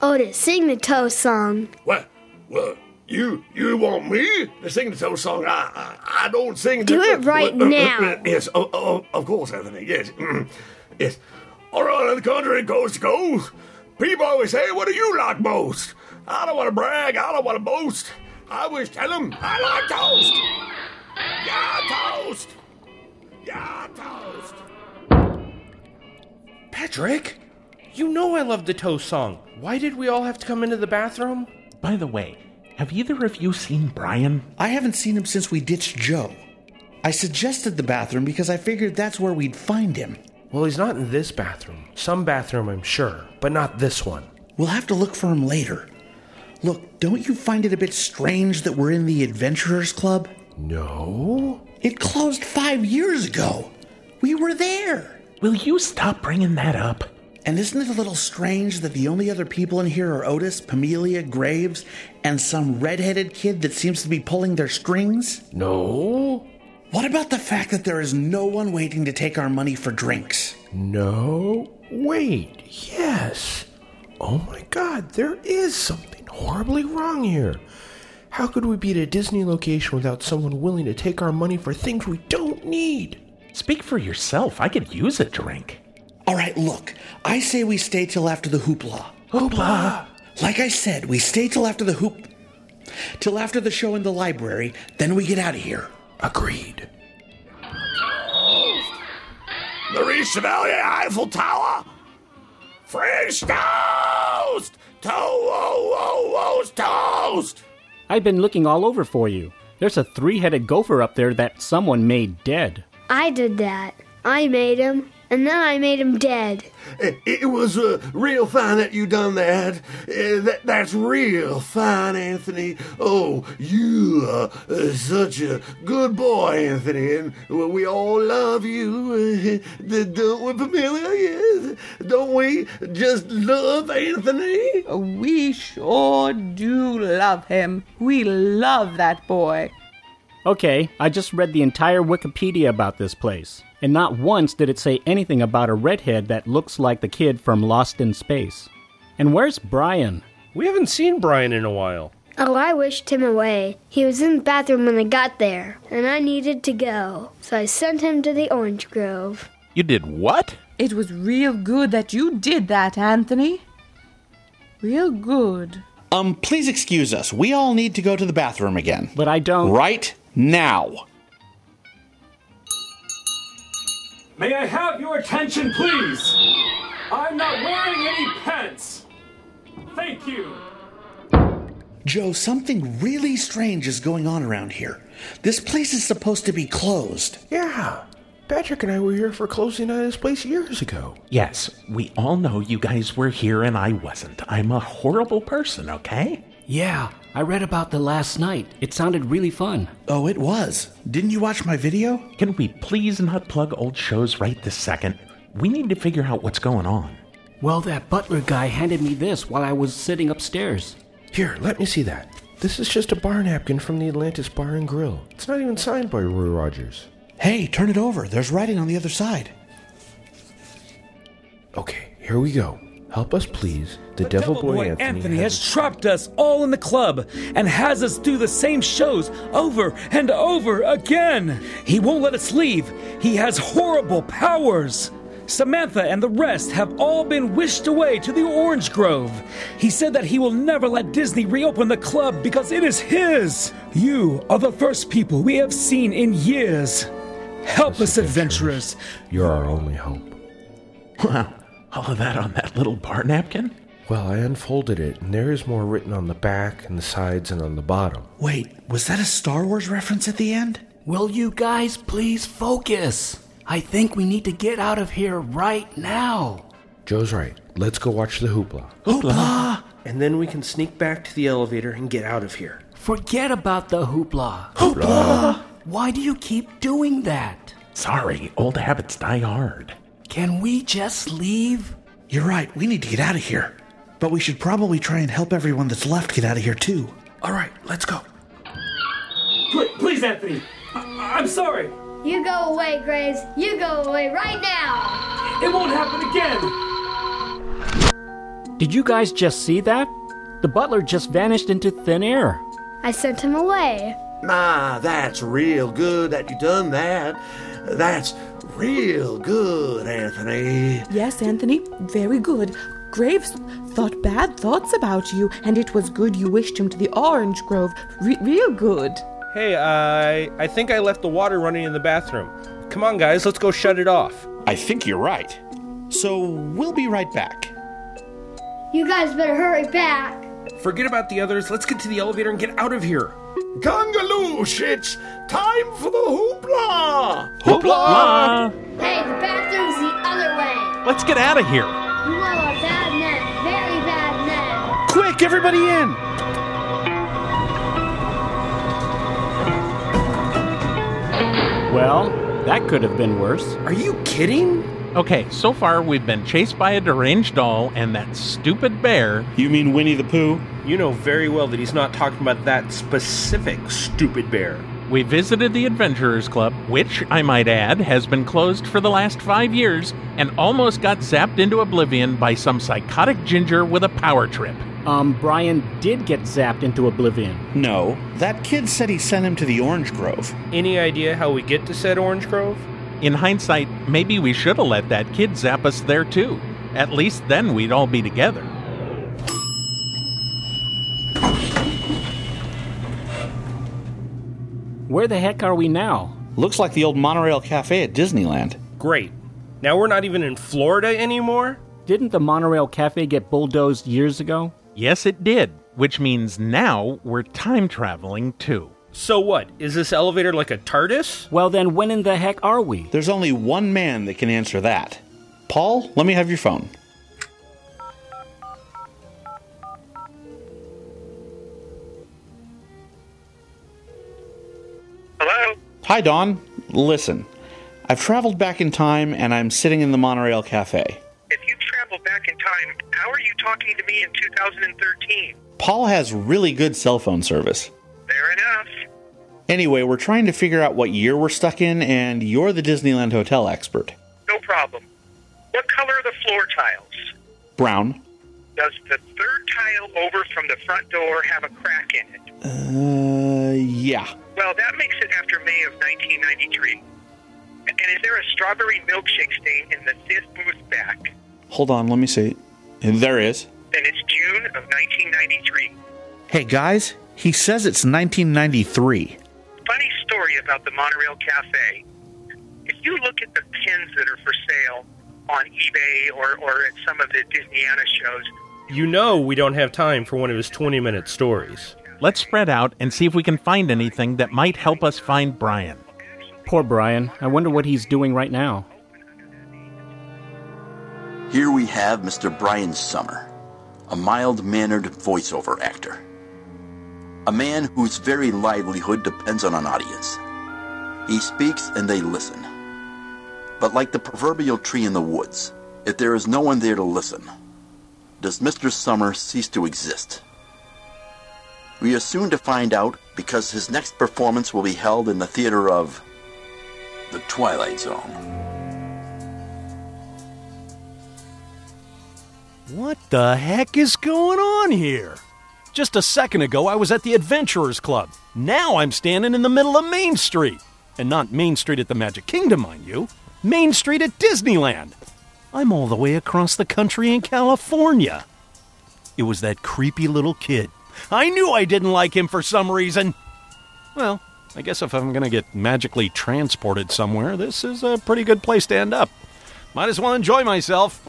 Speaker 27: Otis, sing the toast song.
Speaker 25: What? Well, you you want me to sing the toast song? I I, I don't sing. uh,
Speaker 27: Do
Speaker 25: the,
Speaker 27: it right now.
Speaker 25: yes, oh, oh, of course, Anthony. Yes, mm, yes. All around the country, coast to coast, people always say, "What do you like most?" I don't want to brag. I don't want to boast. I always tell them I like toast. Yeah, toast. Yeah, toast.
Speaker 15: Patrick, you know I love the Toast song. Why did we all have to come into the bathroom?
Speaker 12: By the way, have either of you seen Brian?
Speaker 11: I haven't seen him since we ditched Joe. I suggested the bathroom because I figured that's where we'd find him.
Speaker 15: Well, he's not in this bathroom. Some bathroom, I'm sure, but not this one.
Speaker 11: We'll have to look for him later. Look, don't you find it a bit strange that we're in the Adventurers Club?
Speaker 15: No.
Speaker 11: It closed five years ago. We were there.
Speaker 12: Will you stop bringing that up?
Speaker 11: And isn't it a little strange that the only other people in here are Otis, Pamelia, Graves, and some redheaded kid that seems to be pulling their strings?
Speaker 15: No.
Speaker 11: What about the fact that there is no one waiting to take our money for drinks?
Speaker 15: No. Wait, yes. Oh my god, there is something horribly wrong here. How could we be at a Disney location without someone willing to take our money for things we don't need?
Speaker 12: Speak for yourself. I could use a drink.
Speaker 11: All right, look, I say we stay till after the hoopla.
Speaker 12: Hoopla!
Speaker 11: Like I said, we stay till after the hoop. till after the show in the library, then we get out of here.
Speaker 15: Agreed.
Speaker 25: Marie Chevalier Eiffel Tower. French toast. Toast. Toast.
Speaker 3: I've been looking all over for you. There's a three headed gopher up there that someone made dead.
Speaker 27: I did that. I made him, and then I made him dead.
Speaker 25: It, it was uh, real fine that you done that. Uh, that. That's real fine, Anthony. Oh, you are uh, such a good boy, Anthony, and well, we all love you. [LAUGHS] Uh, don't we, Pamela? Yes, don't we just love Anthony?
Speaker 26: We sure do love him. We love that boy.
Speaker 3: Okay, I just read the entire Wikipedia about this place, and not once did it say anything about a redhead that looks like the kid from Lost in Space. And where's Brian?
Speaker 15: We haven't seen Brian in a while.
Speaker 27: Oh, I wished him away. He was in the bathroom when I got there, and I needed to go. So I sent him to the orange grove.
Speaker 12: You did what?
Speaker 26: It was real good that you did that, Anthony. Real good.
Speaker 11: Um, please excuse us. We all need to go to the bathroom again.
Speaker 3: But I don't.
Speaker 11: Right now.
Speaker 24: May I have your attention, please? I'm not wearing any pants. Thank you.
Speaker 11: Joe, something really strange is going on around here. This place is supposed to be closed.
Speaker 15: Yeah. Patrick and I were here for closing on this place years ago.
Speaker 12: Yes, we all know you guys were here and I wasn't. I'm a horrible person, okay?
Speaker 3: Yeah, I read about the last night. It sounded really fun.
Speaker 11: Oh, it was. Didn't you watch my video?
Speaker 12: Can we please not plug old shows right this second? We need to figure out what's going on.
Speaker 3: Well, that butler guy handed me this while I was sitting upstairs.
Speaker 10: Here, let me see that. This is just a bar napkin from the Atlantis Bar and Grill. It's not even signed by Roy Rogers.
Speaker 11: Hey, turn it over. There's writing on the other side.
Speaker 10: Okay, here we go. Help us, please. The, Devil, Boy, Anthony,
Speaker 24: has trapped us all in the club and has us do the same shows over and over again. He won't let us leave. He has horrible powers. Samantha and the rest have all been wished away to the Orange Grove. He said that he will never let Disney reopen the club because it is his. You are the first people we have seen in years. Helpless adventurers.
Speaker 10: You're our only hope.
Speaker 12: Wow, all of that on that little bar napkin?
Speaker 10: Well, I unfolded it, and there is more written on the back and the sides and on the bottom.
Speaker 11: Wait, was that a Star Wars reference at the end?
Speaker 3: Will you guys please focus? I think we need to get out of here right now. [GASPS]
Speaker 10: Joe's right. Let's go watch the hoopla.
Speaker 3: Hoopla!
Speaker 15: [GASPS] And then we can sneak back to the elevator and get out of here.
Speaker 3: Forget about the hoopla. [GASPS]
Speaker 10: Hoopla!
Speaker 3: Why do you keep doing that?
Speaker 12: Sorry, old habits die hard.
Speaker 3: Can we just leave?
Speaker 11: You're right, we need to get out of here. But we should probably try and help everyone that's left get out of here, too.
Speaker 10: All right, let's go.
Speaker 9: Please, please Anthony. I- I'm sorry.
Speaker 27: You go away, Graves. You go away right now.
Speaker 9: It won't happen again.
Speaker 3: Did you guys just see that? The butler just vanished into thin air.
Speaker 27: I sent him away.
Speaker 25: Nah, that's real good that you done that. That's real good, Anthony.
Speaker 26: Yes, Anthony, very good. Graves thought bad thoughts about you, and it was good you wished him to the Orange Grove. Re- real good.
Speaker 15: Hey, I I think I left the water running in the bathroom. Come on, guys, let's go shut it off.
Speaker 1: I think you're right. So we'll be right back.
Speaker 27: You guys better hurry back.
Speaker 15: Forget about the others. Let's get to the elevator and get out of here.
Speaker 25: Gungaloosh, it's time for the
Speaker 9: Ah!
Speaker 25: hoopla!
Speaker 27: Hey, the bathroom's the other way.
Speaker 12: Let's get out of here.
Speaker 27: You all are bad men, very bad men.
Speaker 12: Quick, everybody in!
Speaker 3: Well, that could have been worse.
Speaker 12: Are you kidding? Okay, so far we've been chased by a deranged doll and that stupid bear.
Speaker 1: You mean Winnie the Pooh?
Speaker 15: You know very well that he's not talking about that specific stupid bear.
Speaker 12: We visited the Adventurers Club, which, I might add, has been closed for the last five years and almost got zapped into oblivion by some psychotic ginger with a power trip.
Speaker 3: Um, Brian did get zapped into oblivion.
Speaker 1: No, that kid said he sent him to the Orange Grove.
Speaker 15: Any idea how we get to said Orange Grove?
Speaker 12: In hindsight, maybe we should have let that kid zap us there too. At least then we'd all be together.
Speaker 3: Where the heck are we now?
Speaker 1: Looks like the old monorail cafe at Disneyland.
Speaker 15: Great. Now we're not even in Florida anymore?
Speaker 3: Didn't the monorail cafe get bulldozed years ago?
Speaker 12: Yes, it did, which means now we're time traveling too.
Speaker 15: So what? Is this elevator like a TARDIS?
Speaker 3: Well, then when in the heck are we?
Speaker 1: There's only one man that can answer that. Paul, let me have your phone.
Speaker 8: Hello?
Speaker 1: Hi, Don. Listen, I've traveled back in time and I'm sitting in the monorail cafe.
Speaker 8: If you travel back in time, how are you talking to me in 2013?
Speaker 1: Paul has really good cell phone service.
Speaker 8: Fair enough.
Speaker 1: Anyway, we're trying to figure out what year we're stuck in, and you're the Disneyland hotel expert.
Speaker 8: No problem. What color are the floor tiles?
Speaker 1: Brown.
Speaker 8: Does the third tile over from the front door have a crack in it?
Speaker 1: Uh, yeah.
Speaker 8: Well, that makes it after May of 1993. And is there a strawberry milkshake stain in the fifth booth back?
Speaker 1: Hold on, let me see. There is.
Speaker 8: Then it's June of 1993.
Speaker 1: Hey, guys, he says it's 1993.
Speaker 8: Funny story about the Monorail Cafe. If you look at the pins that are for sale on eBay or, or at some of the Disneyana shows,
Speaker 15: You know we don't have time for one of his 20 minute stories.
Speaker 12: Let's spread out and see if we can find anything that might help us find Brian.
Speaker 3: Poor Brian. I wonder what he's doing right now.
Speaker 20: Here we have Mr. Brian Summer, a mild mannered voiceover actor. A man whose very livelihood depends on an audience. He speaks and they listen. But like the proverbial tree in the woods, If there is no one there to listen, does Mr. Summer cease to exist? We are soon to find out because his next performance will be held in the theater of The Twilight Zone.
Speaker 13: What the heck is going on here? Just a second ago, I was at the Adventurers Club. Now I'm standing in the middle of Main Street. And not Main Street at the Magic Kingdom, mind you, Main Street at Disneyland. I'm all the way across the country in California. It was that creepy little kid. I knew I didn't like him for some reason. Well, I guess if I'm going to get magically transported somewhere, this is a pretty good place to end up. Might as well enjoy myself.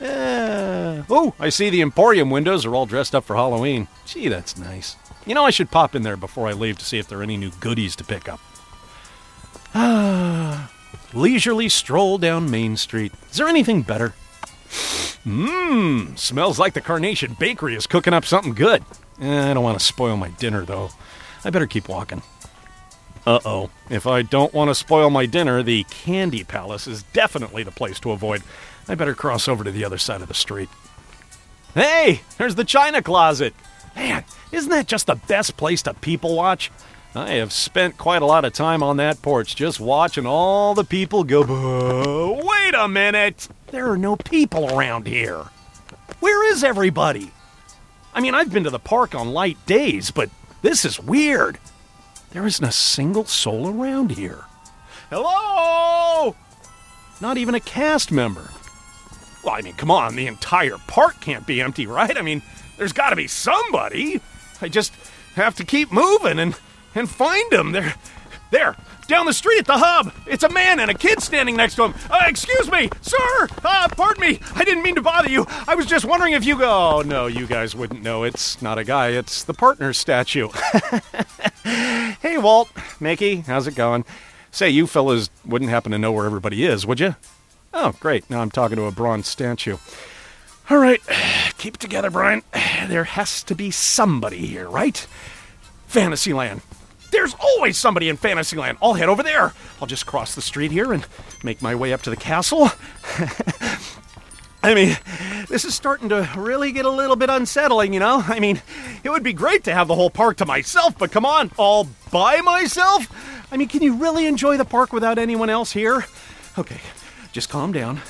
Speaker 13: Eh, oh, I see the Emporium windows are all dressed up for Halloween. Gee, that's nice. You know, I should pop in there before I leave to see if there are any new goodies to pick up. Ah, leisurely stroll down Main Street. Is there anything better? Mmm, smells like the Carnation Bakery is cooking up something good. Eh, I don't want to spoil my dinner, though. I better keep walking. Uh oh. If I don't want to spoil my dinner, the Candy Palace is definitely the place to avoid. I better cross over to the other side of the street. Hey, there's the china closet. Man, isn't that just the best place to people watch? I have spent quite a lot of time on that porch just watching all the people go. "Boo, Wait a minute! There are no people around here. Where is everybody? I mean, I've been to the park on light days, but this is weird. There isn't a single soul around here. Hello! Not even a cast member. Well, I mean, come on, the entire park can't be empty, right? I mean, there's got to be somebody. I just have to keep moving and and find him. There, there, down the street at the hub. It's a man and a kid standing next to him. Uh, excuse me, sir. Uh, pardon me. I didn't mean to bother you. I was just wondering if you go. Oh, no, you guys wouldn't know. It's not a guy. It's the partner statue. [LAUGHS] hey, Walt, Mickey, how's it going? Say, you fellas wouldn't happen to know where everybody is, would you? Oh, great. Now I'm talking to a bronze statue. All right. [SIGHS] Keep it together, Brian. [SIGHS] There has to be somebody here, right? Fantasyland. There's always somebody in Fantasyland. I'll head over there. I'll just cross the street here and make my way up to the castle. [LAUGHS] I mean, this is starting to really get a little bit unsettling, you know? I mean, it would be great to have the whole park to myself, but come on, all by myself? I mean, can you really enjoy the park without anyone else here? Okay, just calm down.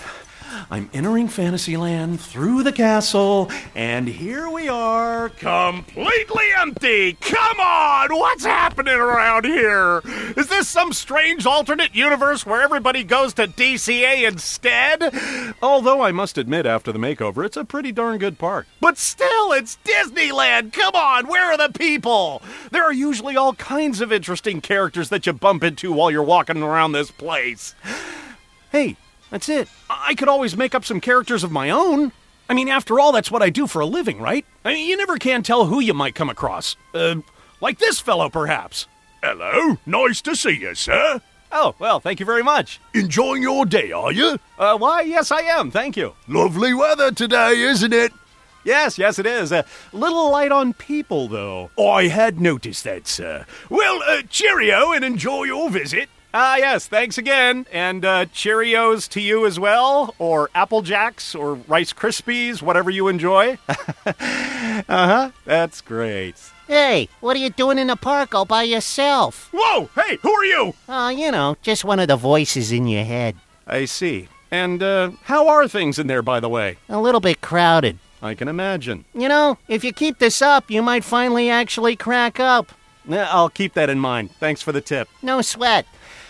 Speaker 13: I'm entering Fantasyland through the castle, and here we are, completely empty. Come on, what's happening around here? Is this some strange alternate universe where everybody goes to DCA instead? Although I must admit, after the makeover, it's a pretty darn good park. But still, it's Disneyland. Come on, where are the people? There are usually all kinds of interesting characters that you bump into while you're walking around this place. Hey, that's it. I I could always make up some characters of my own. I mean, after all, that's what I do for a living, right? I mean, you never can tell who you might come across. Uh, like this fellow, perhaps. Hello, nice to see you, sir. Oh, well, thank you very much. Enjoying your day, are you? Uh, why, yes, I am, thank you. Lovely weather today, isn't it? Yes, yes, it is. A little light on people, though. I had noticed that, sir. Well, uh, cheerio and enjoy your visit. Ah, yes, thanks again. And uh, Cheerios to you as well, or Apple Jacks, or Rice Krispies, whatever you enjoy. [LAUGHS] uh huh, that's great.
Speaker 14: Hey, what are you doing in the park all by yourself?
Speaker 13: Whoa! Hey, who are you?
Speaker 14: Oh, you know, just one of the voices in your head.
Speaker 13: I see. And uh, how are things in there, by the way?
Speaker 14: A little bit crowded.
Speaker 13: I can imagine.
Speaker 14: You know, if you keep this up, you might finally actually crack up.
Speaker 13: Eh, I'll keep that in mind. Thanks for the tip.
Speaker 14: No sweat.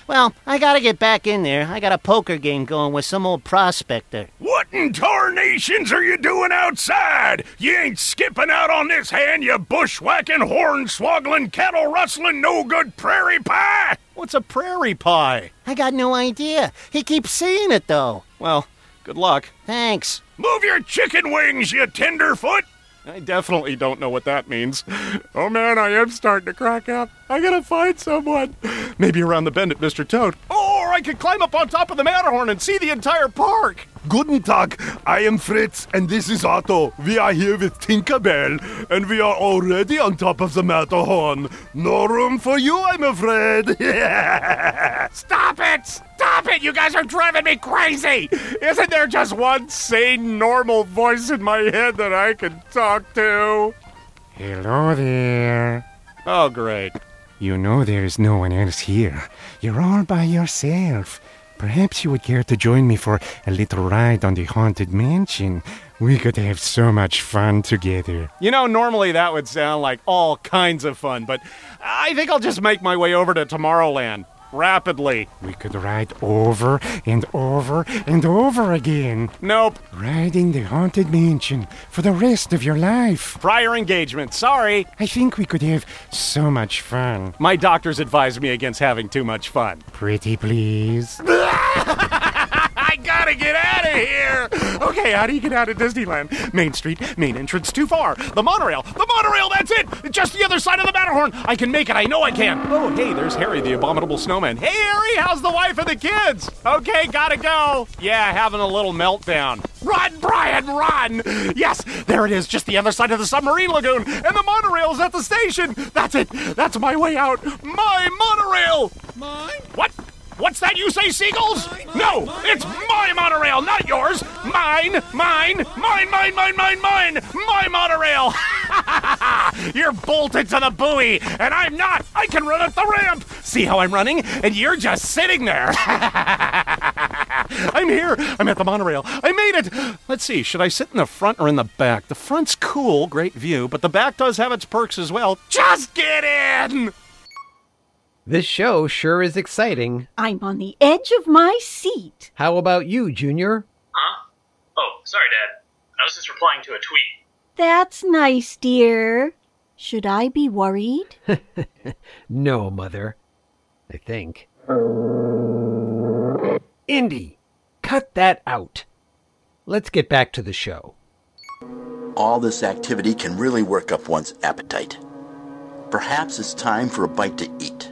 Speaker 14: Well, I gotta get back in there. I got a poker game going with some old prospector.
Speaker 2: What in tarnations are you doing outside? You ain't skipping out on this hand, you bushwhacking, horn swoggling, cattle rustling, no good prairie pie!
Speaker 13: What's a prairie pie?
Speaker 14: I got no idea. He keeps seeing it though.
Speaker 13: Well, good luck.
Speaker 14: Thanks.
Speaker 2: Move your chicken wings, you tenderfoot!
Speaker 13: I definitely don't know what that means. Oh man, I am starting to crack up. I gotta find someone. Maybe around the bend at Mr. Toad. Or I could climb up on top of the Matterhorn and see the entire park.
Speaker 25: Guten Tag, I am Fritz, and this is Otto. We are here with Tinkerbell, and we are already on top of the [LAUGHS] Matterhorn. No room for you, I'm afraid.
Speaker 2: Stop it! Stop Stop it! You guys are driving me crazy! Isn't there just one sane, normal voice in my head that I can talk to?
Speaker 21: Hello there.
Speaker 2: Oh, great.
Speaker 21: You know there is no one else here. You're all by yourself. Perhaps you would care to join me for a little ride on the haunted mansion. We could have so much fun together.
Speaker 28: You know, normally that would sound like all kinds of fun, but I think I'll just make my way over to Tomorrowland rapidly.
Speaker 21: We could ride over and over and over again.
Speaker 28: Nope.
Speaker 21: Riding the haunted mansion for the rest of your life.
Speaker 28: Prior engagement, sorry.
Speaker 21: I think we could have so much fun.
Speaker 28: My doctors advised me against having too much fun.
Speaker 21: Pretty please.
Speaker 2: I gotta get out of here! Okay, how do you get out of Disneyland? Main Street, main entrance, too far. The monorail, the monorail, that's it! Just the other side of the Matterhorn! I can make it, I know I can! Oh, hey, there's Harry, the abominable snowman. Hey, Harry, how's the wife and the kids? Okay, gotta go. Yeah, having a little meltdown. Run, Brian, run! Yes, there it is, just the other side of the submarine lagoon, and the monorail's at the station! That's it, that's my way out! My monorail! Mine? What? What's that you say, seagulls? no, it's my monorail, not yours. Mine, mine, mine, mine, mine, mine, mine, my monorail. [LAUGHS] you're bolted to the buoy, and I'm not. I can run up the ramp. See how I'm running? And you're just sitting there. [LAUGHS]
Speaker 28: I'm here. I'm at the monorail. I made it. Let's see. Should I sit in the front or in the back? The front's cool, great view, but the back does have its perks as well.
Speaker 2: Just get in.
Speaker 4: This show sure is exciting.
Speaker 5: I'm on the edge of my seat.
Speaker 4: How about you, Junior?
Speaker 29: Huh? Oh, sorry, Dad. I was just replying to a tweet.
Speaker 5: That's nice, dear. Should I be worried?
Speaker 4: no, Mother. I think. Indy, cut that out. Let's get back to the show.
Speaker 20: All this activity can really work up one's appetite. Perhaps it's time for a bite to eat.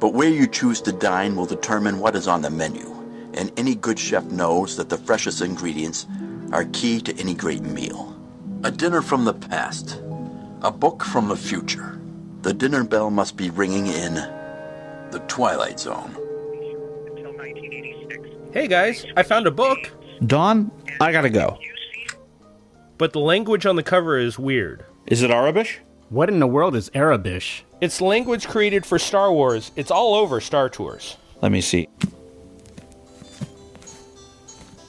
Speaker 20: But where you choose to dine will determine what is on the menu, and any good chef knows that the freshest ingredients are key to any great meal. A dinner from the past, a book from the future. The dinner bell must be ringing in the Twilight Zone.
Speaker 15: Hey guys, I found a book.
Speaker 1: Don, I gotta go.
Speaker 15: But the language on the cover is weird.
Speaker 1: Is it Arabish?
Speaker 3: What in the world is Arabish?
Speaker 15: It's language created for Star Wars. It's all over Star Tours.
Speaker 1: Let me see.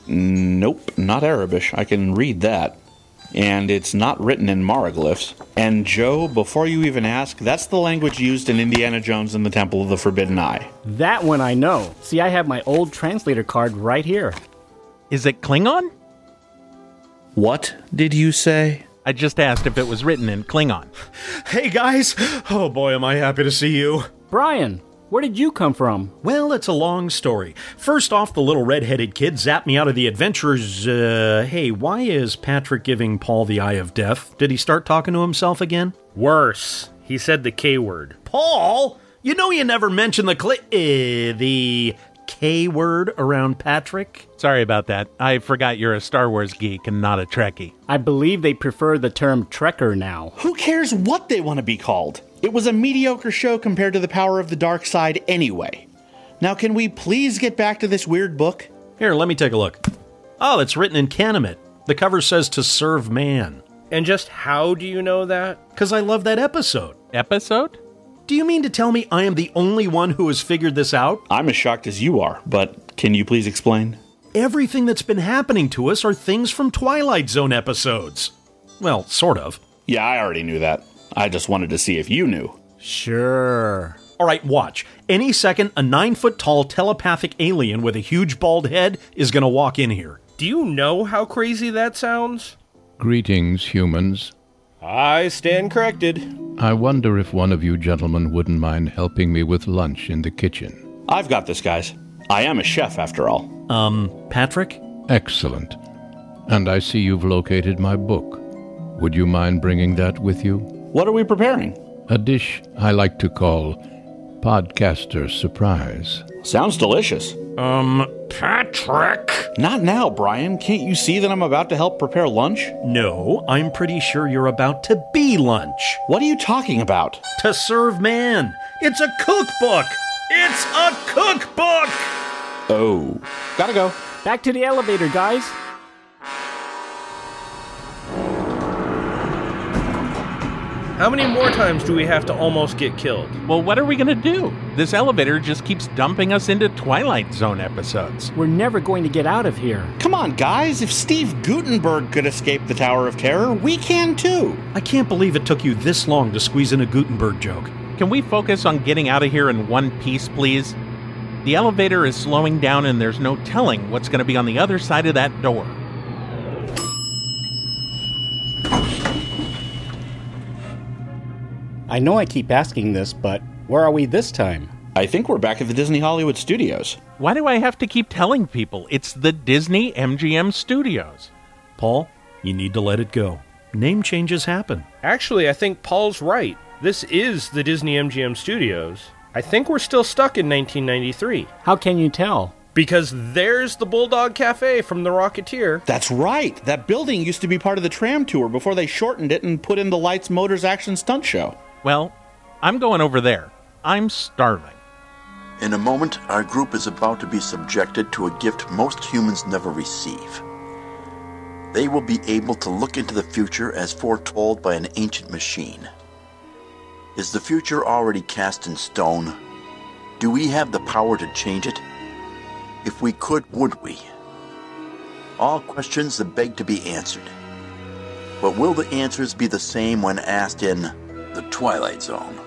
Speaker 1: Nope, not Arabish. I can read that. And it's not written in maraglyphs. And Joe, before you even ask, that's the language used in Indiana Jones and the Temple of the Forbidden Eye.
Speaker 3: That one I know. See, I have my old translator card right here.
Speaker 12: Is it Klingon?
Speaker 1: What did you say?
Speaker 12: I just asked if it was written in Klingon.
Speaker 28: Hey guys! Oh boy, am I happy to see you.
Speaker 3: Brian, where did you come from?
Speaker 13: Well, it's a long story. First off, the little red-headed kid zapped me out of the adventurers. Uh, hey, why is Patrick giving Paul the eye of death? Did he start talking to himself again?
Speaker 15: Worse, he said the K word.
Speaker 13: Paul, you know you never mentioned the cli- uh, the K word around Patrick?
Speaker 12: Sorry about that. I forgot you're a Star Wars geek and not a Trekkie.
Speaker 3: I believe they prefer the term Trekker now.
Speaker 1: Who cares what they want to be called? It was a mediocre show compared to The Power of the Dark Side anyway. Now, can we please get back to this weird book?
Speaker 13: Here, let me take a look. Oh, it's written in Canemit. The cover says to serve man.
Speaker 15: And just how do you know that?
Speaker 13: Because I love that episode.
Speaker 12: Episode?
Speaker 13: Do you mean to tell me I am the only one who has figured this out?
Speaker 1: I'm as shocked as you are, but can you please explain?
Speaker 13: Everything that's been happening to us are things from Twilight Zone episodes. Well, sort of.
Speaker 1: Yeah, I already knew that. I just wanted to see if you knew.
Speaker 3: Sure.
Speaker 13: All right, watch. Any second, a nine foot tall telepathic alien with a huge bald head is going to walk in here.
Speaker 15: Do you know how crazy that sounds?
Speaker 19: Greetings, humans.
Speaker 15: I stand corrected.
Speaker 19: I wonder if one of you gentlemen wouldn't mind helping me with lunch in the kitchen.
Speaker 1: I've got this, guys. I am a chef, after all.
Speaker 13: Um, Patrick?
Speaker 19: Excellent. And I see you've located my book. Would you mind bringing that with you?
Speaker 1: What are we preparing?
Speaker 19: A dish I like to call Podcaster Surprise.
Speaker 1: Sounds delicious.
Speaker 13: Um, Patrick?
Speaker 1: Not now, Brian. Can't you see that I'm about to help prepare lunch?
Speaker 13: No, I'm pretty sure you're about to be lunch.
Speaker 1: What are you talking about?
Speaker 13: To Serve Man. It's a cookbook. It's a cookbook.
Speaker 1: Oh. Gotta go.
Speaker 3: Back to the elevator, guys.
Speaker 15: How many more times do we have to almost get killed?
Speaker 12: Well, what are we going to do? This elevator just keeps dumping us into Twilight Zone episodes.
Speaker 3: We're never going to get out of here.
Speaker 1: Come on, guys. If Steve Gutenberg could escape the Tower of Terror, we can too.
Speaker 13: I can't believe it took you this long to squeeze in a Gutenberg joke.
Speaker 12: Can we focus on getting out of here in one piece, please? The elevator is slowing down, and there's no telling what's going to be on the other side of that door.
Speaker 3: I know I keep asking this, but where are we this time?
Speaker 1: I think we're back at the Disney Hollywood Studios.
Speaker 12: Why do I have to keep telling people it's the Disney MGM Studios?
Speaker 13: Paul, you need to let it go. Name changes happen.
Speaker 15: Actually, I think Paul's right. This is the Disney MGM Studios. I think we're still stuck in 1993.
Speaker 3: How can you tell?
Speaker 15: Because there's the Bulldog Cafe from The Rocketeer.
Speaker 1: That's right. That building used to be part of the tram tour before they shortened it and put in the lights, motors, action stunt show.
Speaker 12: Well, I'm going over there. I'm starving.
Speaker 20: In a moment, our group is about to be subjected to a gift most humans never receive. They will be able to look into the future as foretold by an ancient machine. Is the future already cast in stone? Do we have the power to change it? If we could, would we? All questions that beg to be answered. But will the answers be the same when asked in The Twilight Zone?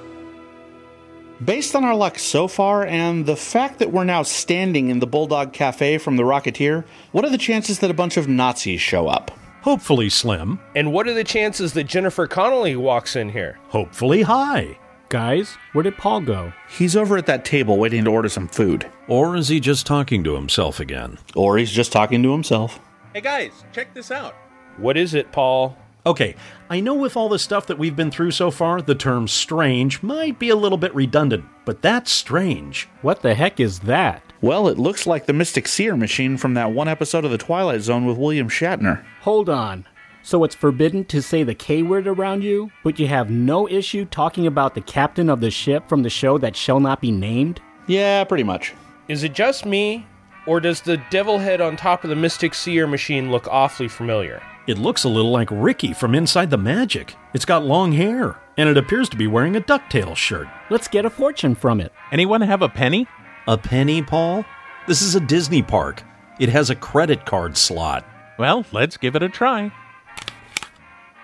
Speaker 1: Based on our luck so far and the fact that we're now standing in the Bulldog Cafe from The Rocketeer, what are the chances that a bunch of Nazis show up?
Speaker 13: Hopefully slim.
Speaker 15: And what are the chances that Jennifer Connolly walks in here?
Speaker 13: Hopefully high.
Speaker 3: Guys, where did Paul go?
Speaker 1: He's over at that table waiting to order some food.
Speaker 13: Or is he just talking to himself again?
Speaker 1: Or he's just talking to himself.
Speaker 12: Hey guys, check this out.
Speaker 15: What is it, Paul?
Speaker 13: Okay, I know with all the stuff that we've been through so far, the term strange might be a little bit redundant, but that's strange.
Speaker 3: What the heck is that?
Speaker 1: Well, it looks like the Mystic Seer machine from that one episode of The Twilight Zone with William Shatner.
Speaker 3: Hold on. So it's forbidden to say the K word around you, but you have no issue talking about the captain of the ship from the show that shall not be named?
Speaker 1: Yeah, pretty much.
Speaker 15: Is it just me, or does the devil head on top of the Mystic Seer machine look awfully familiar?
Speaker 13: It looks a little like Ricky from Inside the Magic. It's got long hair, and it appears to be wearing a ducktail shirt.
Speaker 3: Let's get a fortune from it.
Speaker 12: Anyone have a penny?
Speaker 13: A penny, Paul? This is a Disney park. It has a credit card slot.
Speaker 12: Well, let's give it a try.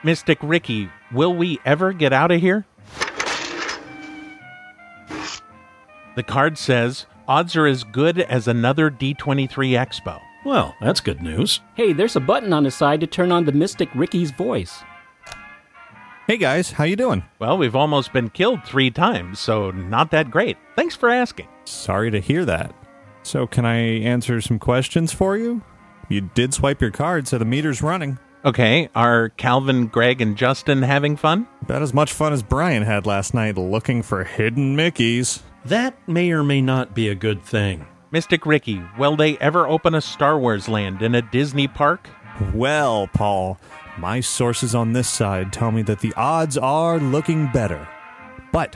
Speaker 12: Mystic Ricky, will we ever get out of here? The card says odds are as good as another D23 Expo.
Speaker 13: Well, that's good news.
Speaker 3: Hey, there's a button on the side to turn on the Mystic Ricky's voice.
Speaker 30: Hey guys, how you doing?
Speaker 12: Well, we've almost been killed 3 times, so not that great. Thanks for asking.
Speaker 30: Sorry to hear that. So, can I answer some questions for you? You did swipe your card, so the meter's running.
Speaker 12: Okay, are Calvin, Greg, and Justin having fun?
Speaker 30: About as much fun as Brian had last night looking for hidden Mickeys.
Speaker 13: That may or may not be a good thing.
Speaker 12: Mystic Ricky, will they ever open a Star Wars land in a Disney park?
Speaker 30: Well, Paul, my sources on this side tell me that the odds are looking better. But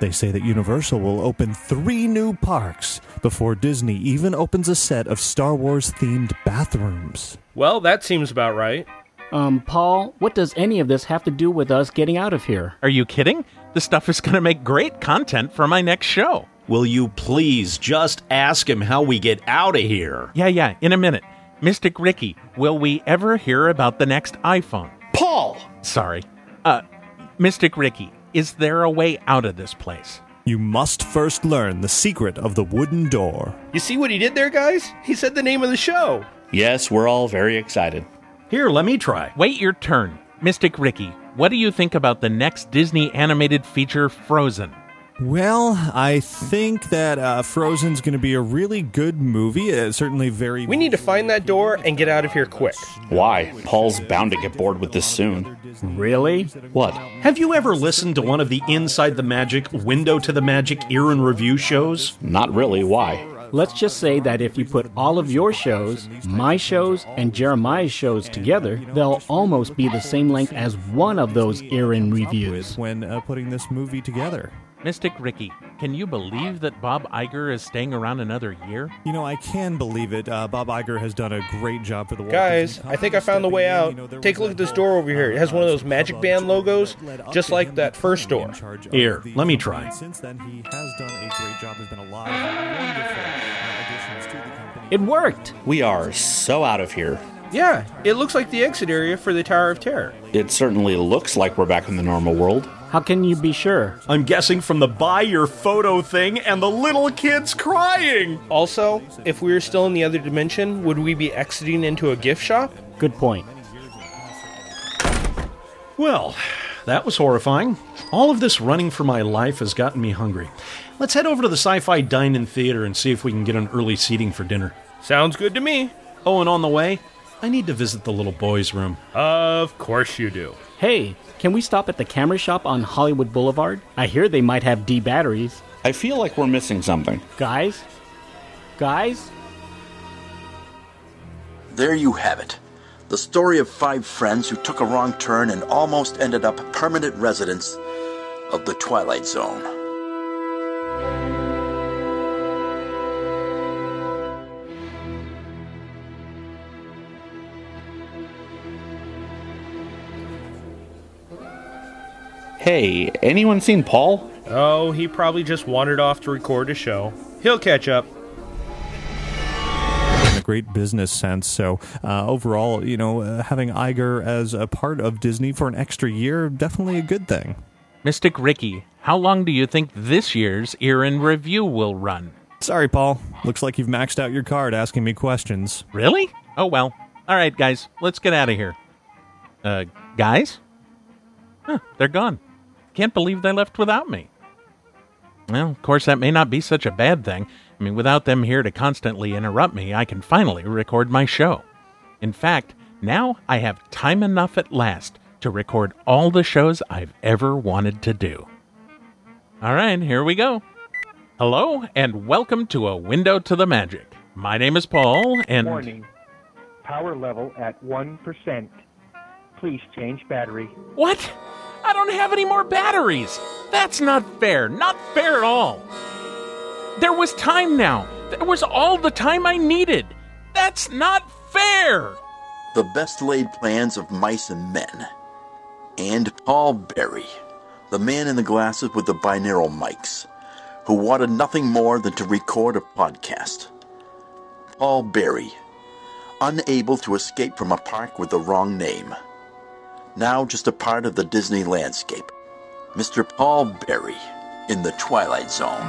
Speaker 30: they say that Universal will open three new parks before Disney even opens a set of Star Wars themed bathrooms.
Speaker 15: Well, that seems about right.
Speaker 3: Um, Paul, what does any of this have to do with us getting out of here?
Speaker 12: Are you kidding? This stuff is going to make great content for my next show.
Speaker 13: Will you please just ask him how we get out of here?
Speaker 12: Yeah, yeah, in a minute. Mystic Ricky, will we ever hear about the next iPhone?
Speaker 1: Paul!
Speaker 12: Sorry. Uh, Mystic Ricky, is there a way out of this place?
Speaker 30: You must first learn the secret of the wooden door.
Speaker 15: You see what he did there, guys? He said the name of the show.
Speaker 1: Yes, we're all very excited.
Speaker 13: Here, let me try.
Speaker 12: Wait your turn. Mystic Ricky, what do you think about the next Disney animated feature, Frozen?
Speaker 30: Well, I think that uh, Frozen's going to be a really good movie. Uh, certainly, very.
Speaker 15: We need to find that door and get out of here quick.
Speaker 1: Why? Paul's bound to get bored with this soon.
Speaker 3: Really?
Speaker 1: What?
Speaker 13: Have you ever listened to one of the Inside the Magic, Window to the Magic ear and review shows?
Speaker 1: Not really. Why?
Speaker 3: Let's just say that if you put all of your shows, my shows, and Jeremiah's shows together, they'll almost be the same length as one of those ear in reviews.
Speaker 30: When uh, putting this movie together.
Speaker 12: Mystic Ricky, can you believe that Bob Iger is staying around another year?
Speaker 5: You know, I can believe it. Uh, Bob Iger has done a great job for the Walt
Speaker 15: Guys, I think I found the way out. Take a look at this door over here. It has one of those Magic Band logos, just like that first door.
Speaker 5: Here, let me try. Since then, he has done a great job. There's been a lot of wonderful uh, additions to the company.
Speaker 3: It worked.
Speaker 1: We are so out of here.
Speaker 15: Yeah, it looks like the exit area for the Tower of Terror.
Speaker 1: It certainly looks like we're back in the normal world.
Speaker 3: How can you be sure?
Speaker 13: I'm guessing from the buy your photo thing and the little kids crying.
Speaker 15: Also, if we were still in the other dimension, would we be exiting into a gift shop?
Speaker 3: Good point.
Speaker 13: Well, that was horrifying. All of this running for my life has gotten me hungry. Let's head over to the Sci Fi Dine In Theater and see if we can get an early seating for dinner.
Speaker 15: Sounds good to me.
Speaker 13: Oh, and on the way, I need to visit the little boy's room.
Speaker 15: Of course you do.
Speaker 3: Hey, can we stop at the camera shop on Hollywood Boulevard? I hear they might have D batteries.
Speaker 1: I feel like we're missing something.
Speaker 3: Guys? Guys?
Speaker 20: There you have it. The story of five friends who took a wrong turn and almost ended up permanent residents of the Twilight Zone.
Speaker 1: Hey, anyone seen Paul?
Speaker 15: Oh, he probably just wandered off to record a show. He'll catch up.
Speaker 5: in a great business sense. So uh, overall, you know, uh, having Iger as a part of Disney for an extra year definitely a good thing.
Speaker 12: Mystic Ricky, how long do you think this year's Ear in Review will run?
Speaker 5: Sorry, Paul. Looks like you've maxed out your card asking me questions.
Speaker 12: Really? Oh well. All right, guys, let's get out of here. Uh, guys? Huh, they're gone. Can't believe they left without me. Well, of course, that may not be such a bad thing. I mean, without them here to constantly interrupt me, I can finally record my show. In fact, now I have time enough at last to record all the shows I've ever wanted to do. All right, here we go. Hello, and welcome to A Window to the Magic. My name is Paul, and.
Speaker 9: Warning. Power level at 1%. Please change battery.
Speaker 12: What? I don't have any more batteries. That's not fair. Not fair at all. There was time now. There was all the time I needed. That's not fair.
Speaker 20: The best laid plans of mice and men. And Paul Berry, the man in the glasses with the binaural mics, who wanted nothing more than to record a podcast. Paul Berry, unable to escape from a park with the wrong name. Now just a part of the Disney landscape. Mr. Paul Berry in the Twilight Zone.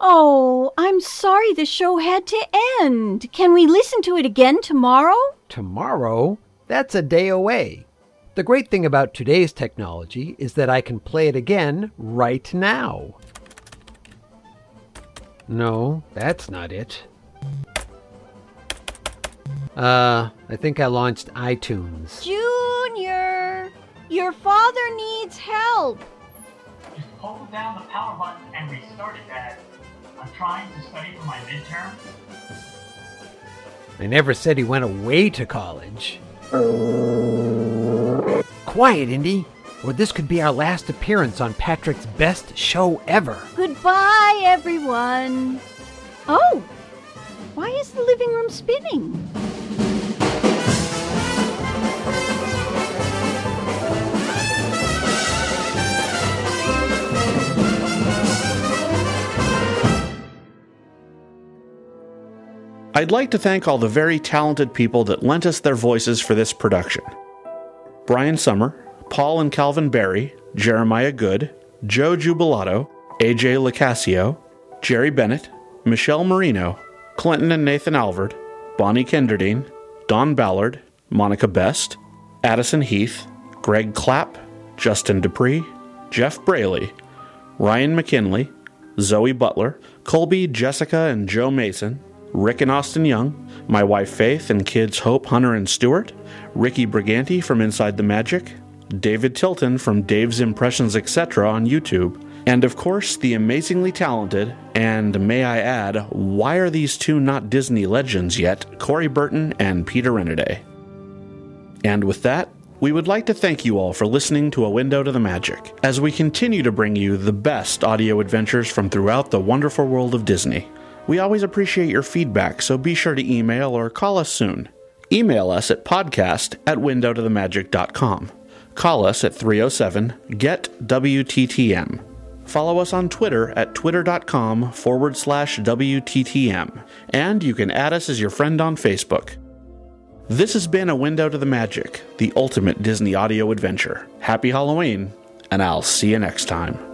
Speaker 22: Oh, I'm sorry the show had to end. Can we listen to it again tomorrow?
Speaker 4: Tomorrow? That's a day away. The great thing about today's technology is that I can play it again right now. No, that's not it. Uh, I think I launched iTunes.
Speaker 22: Junior, your father needs help.
Speaker 18: Hold down the power button and restart it, Dad. I'm trying to study for my midterm.
Speaker 4: I never said he went away to college. Quiet, Indy, or this could be our last appearance on Patrick's best show ever.
Speaker 22: Goodbye, everyone. Oh, why is the living room spinning?
Speaker 1: I'd like to thank all the very talented people that lent us their voices for this production Brian Summer, Paul and Calvin Berry, Jeremiah Good, Joe Jubilato, AJ Lacasio, Jerry Bennett, Michelle Marino, Clinton and Nathan Alvord, Bonnie Kinderdine, Don Ballard, Monica Best, Addison Heath, Greg Clapp, Justin Dupree, Jeff Braley, Ryan McKinley, Zoe Butler, Colby, Jessica, and Joe Mason, Rick and Austin Young, my wife Faith and kids Hope, Hunter, and Stewart, Ricky Briganti from Inside the Magic, David Tilton from Dave's Impressions Etc. on YouTube, and of course, the amazingly talented, and may I add, why are these two not Disney legends yet, Corey Burton and Peter Renaday. And with that, We would like to thank you all for listening to A Window to the Magic, as we continue to bring you the best audio adventures from throughout the wonderful world of Disney. We always appreciate your feedback, so be sure to email or call us soon. Email us at podcast at windowtothemagic.com. Call us at 307 GET WTTM. Follow us on Twitter at twitter.com forward slash WTTM, and you can add us as your friend on Facebook. This has been A Window to the Magic, the ultimate Disney audio adventure. Happy Halloween, and I'll see you next time.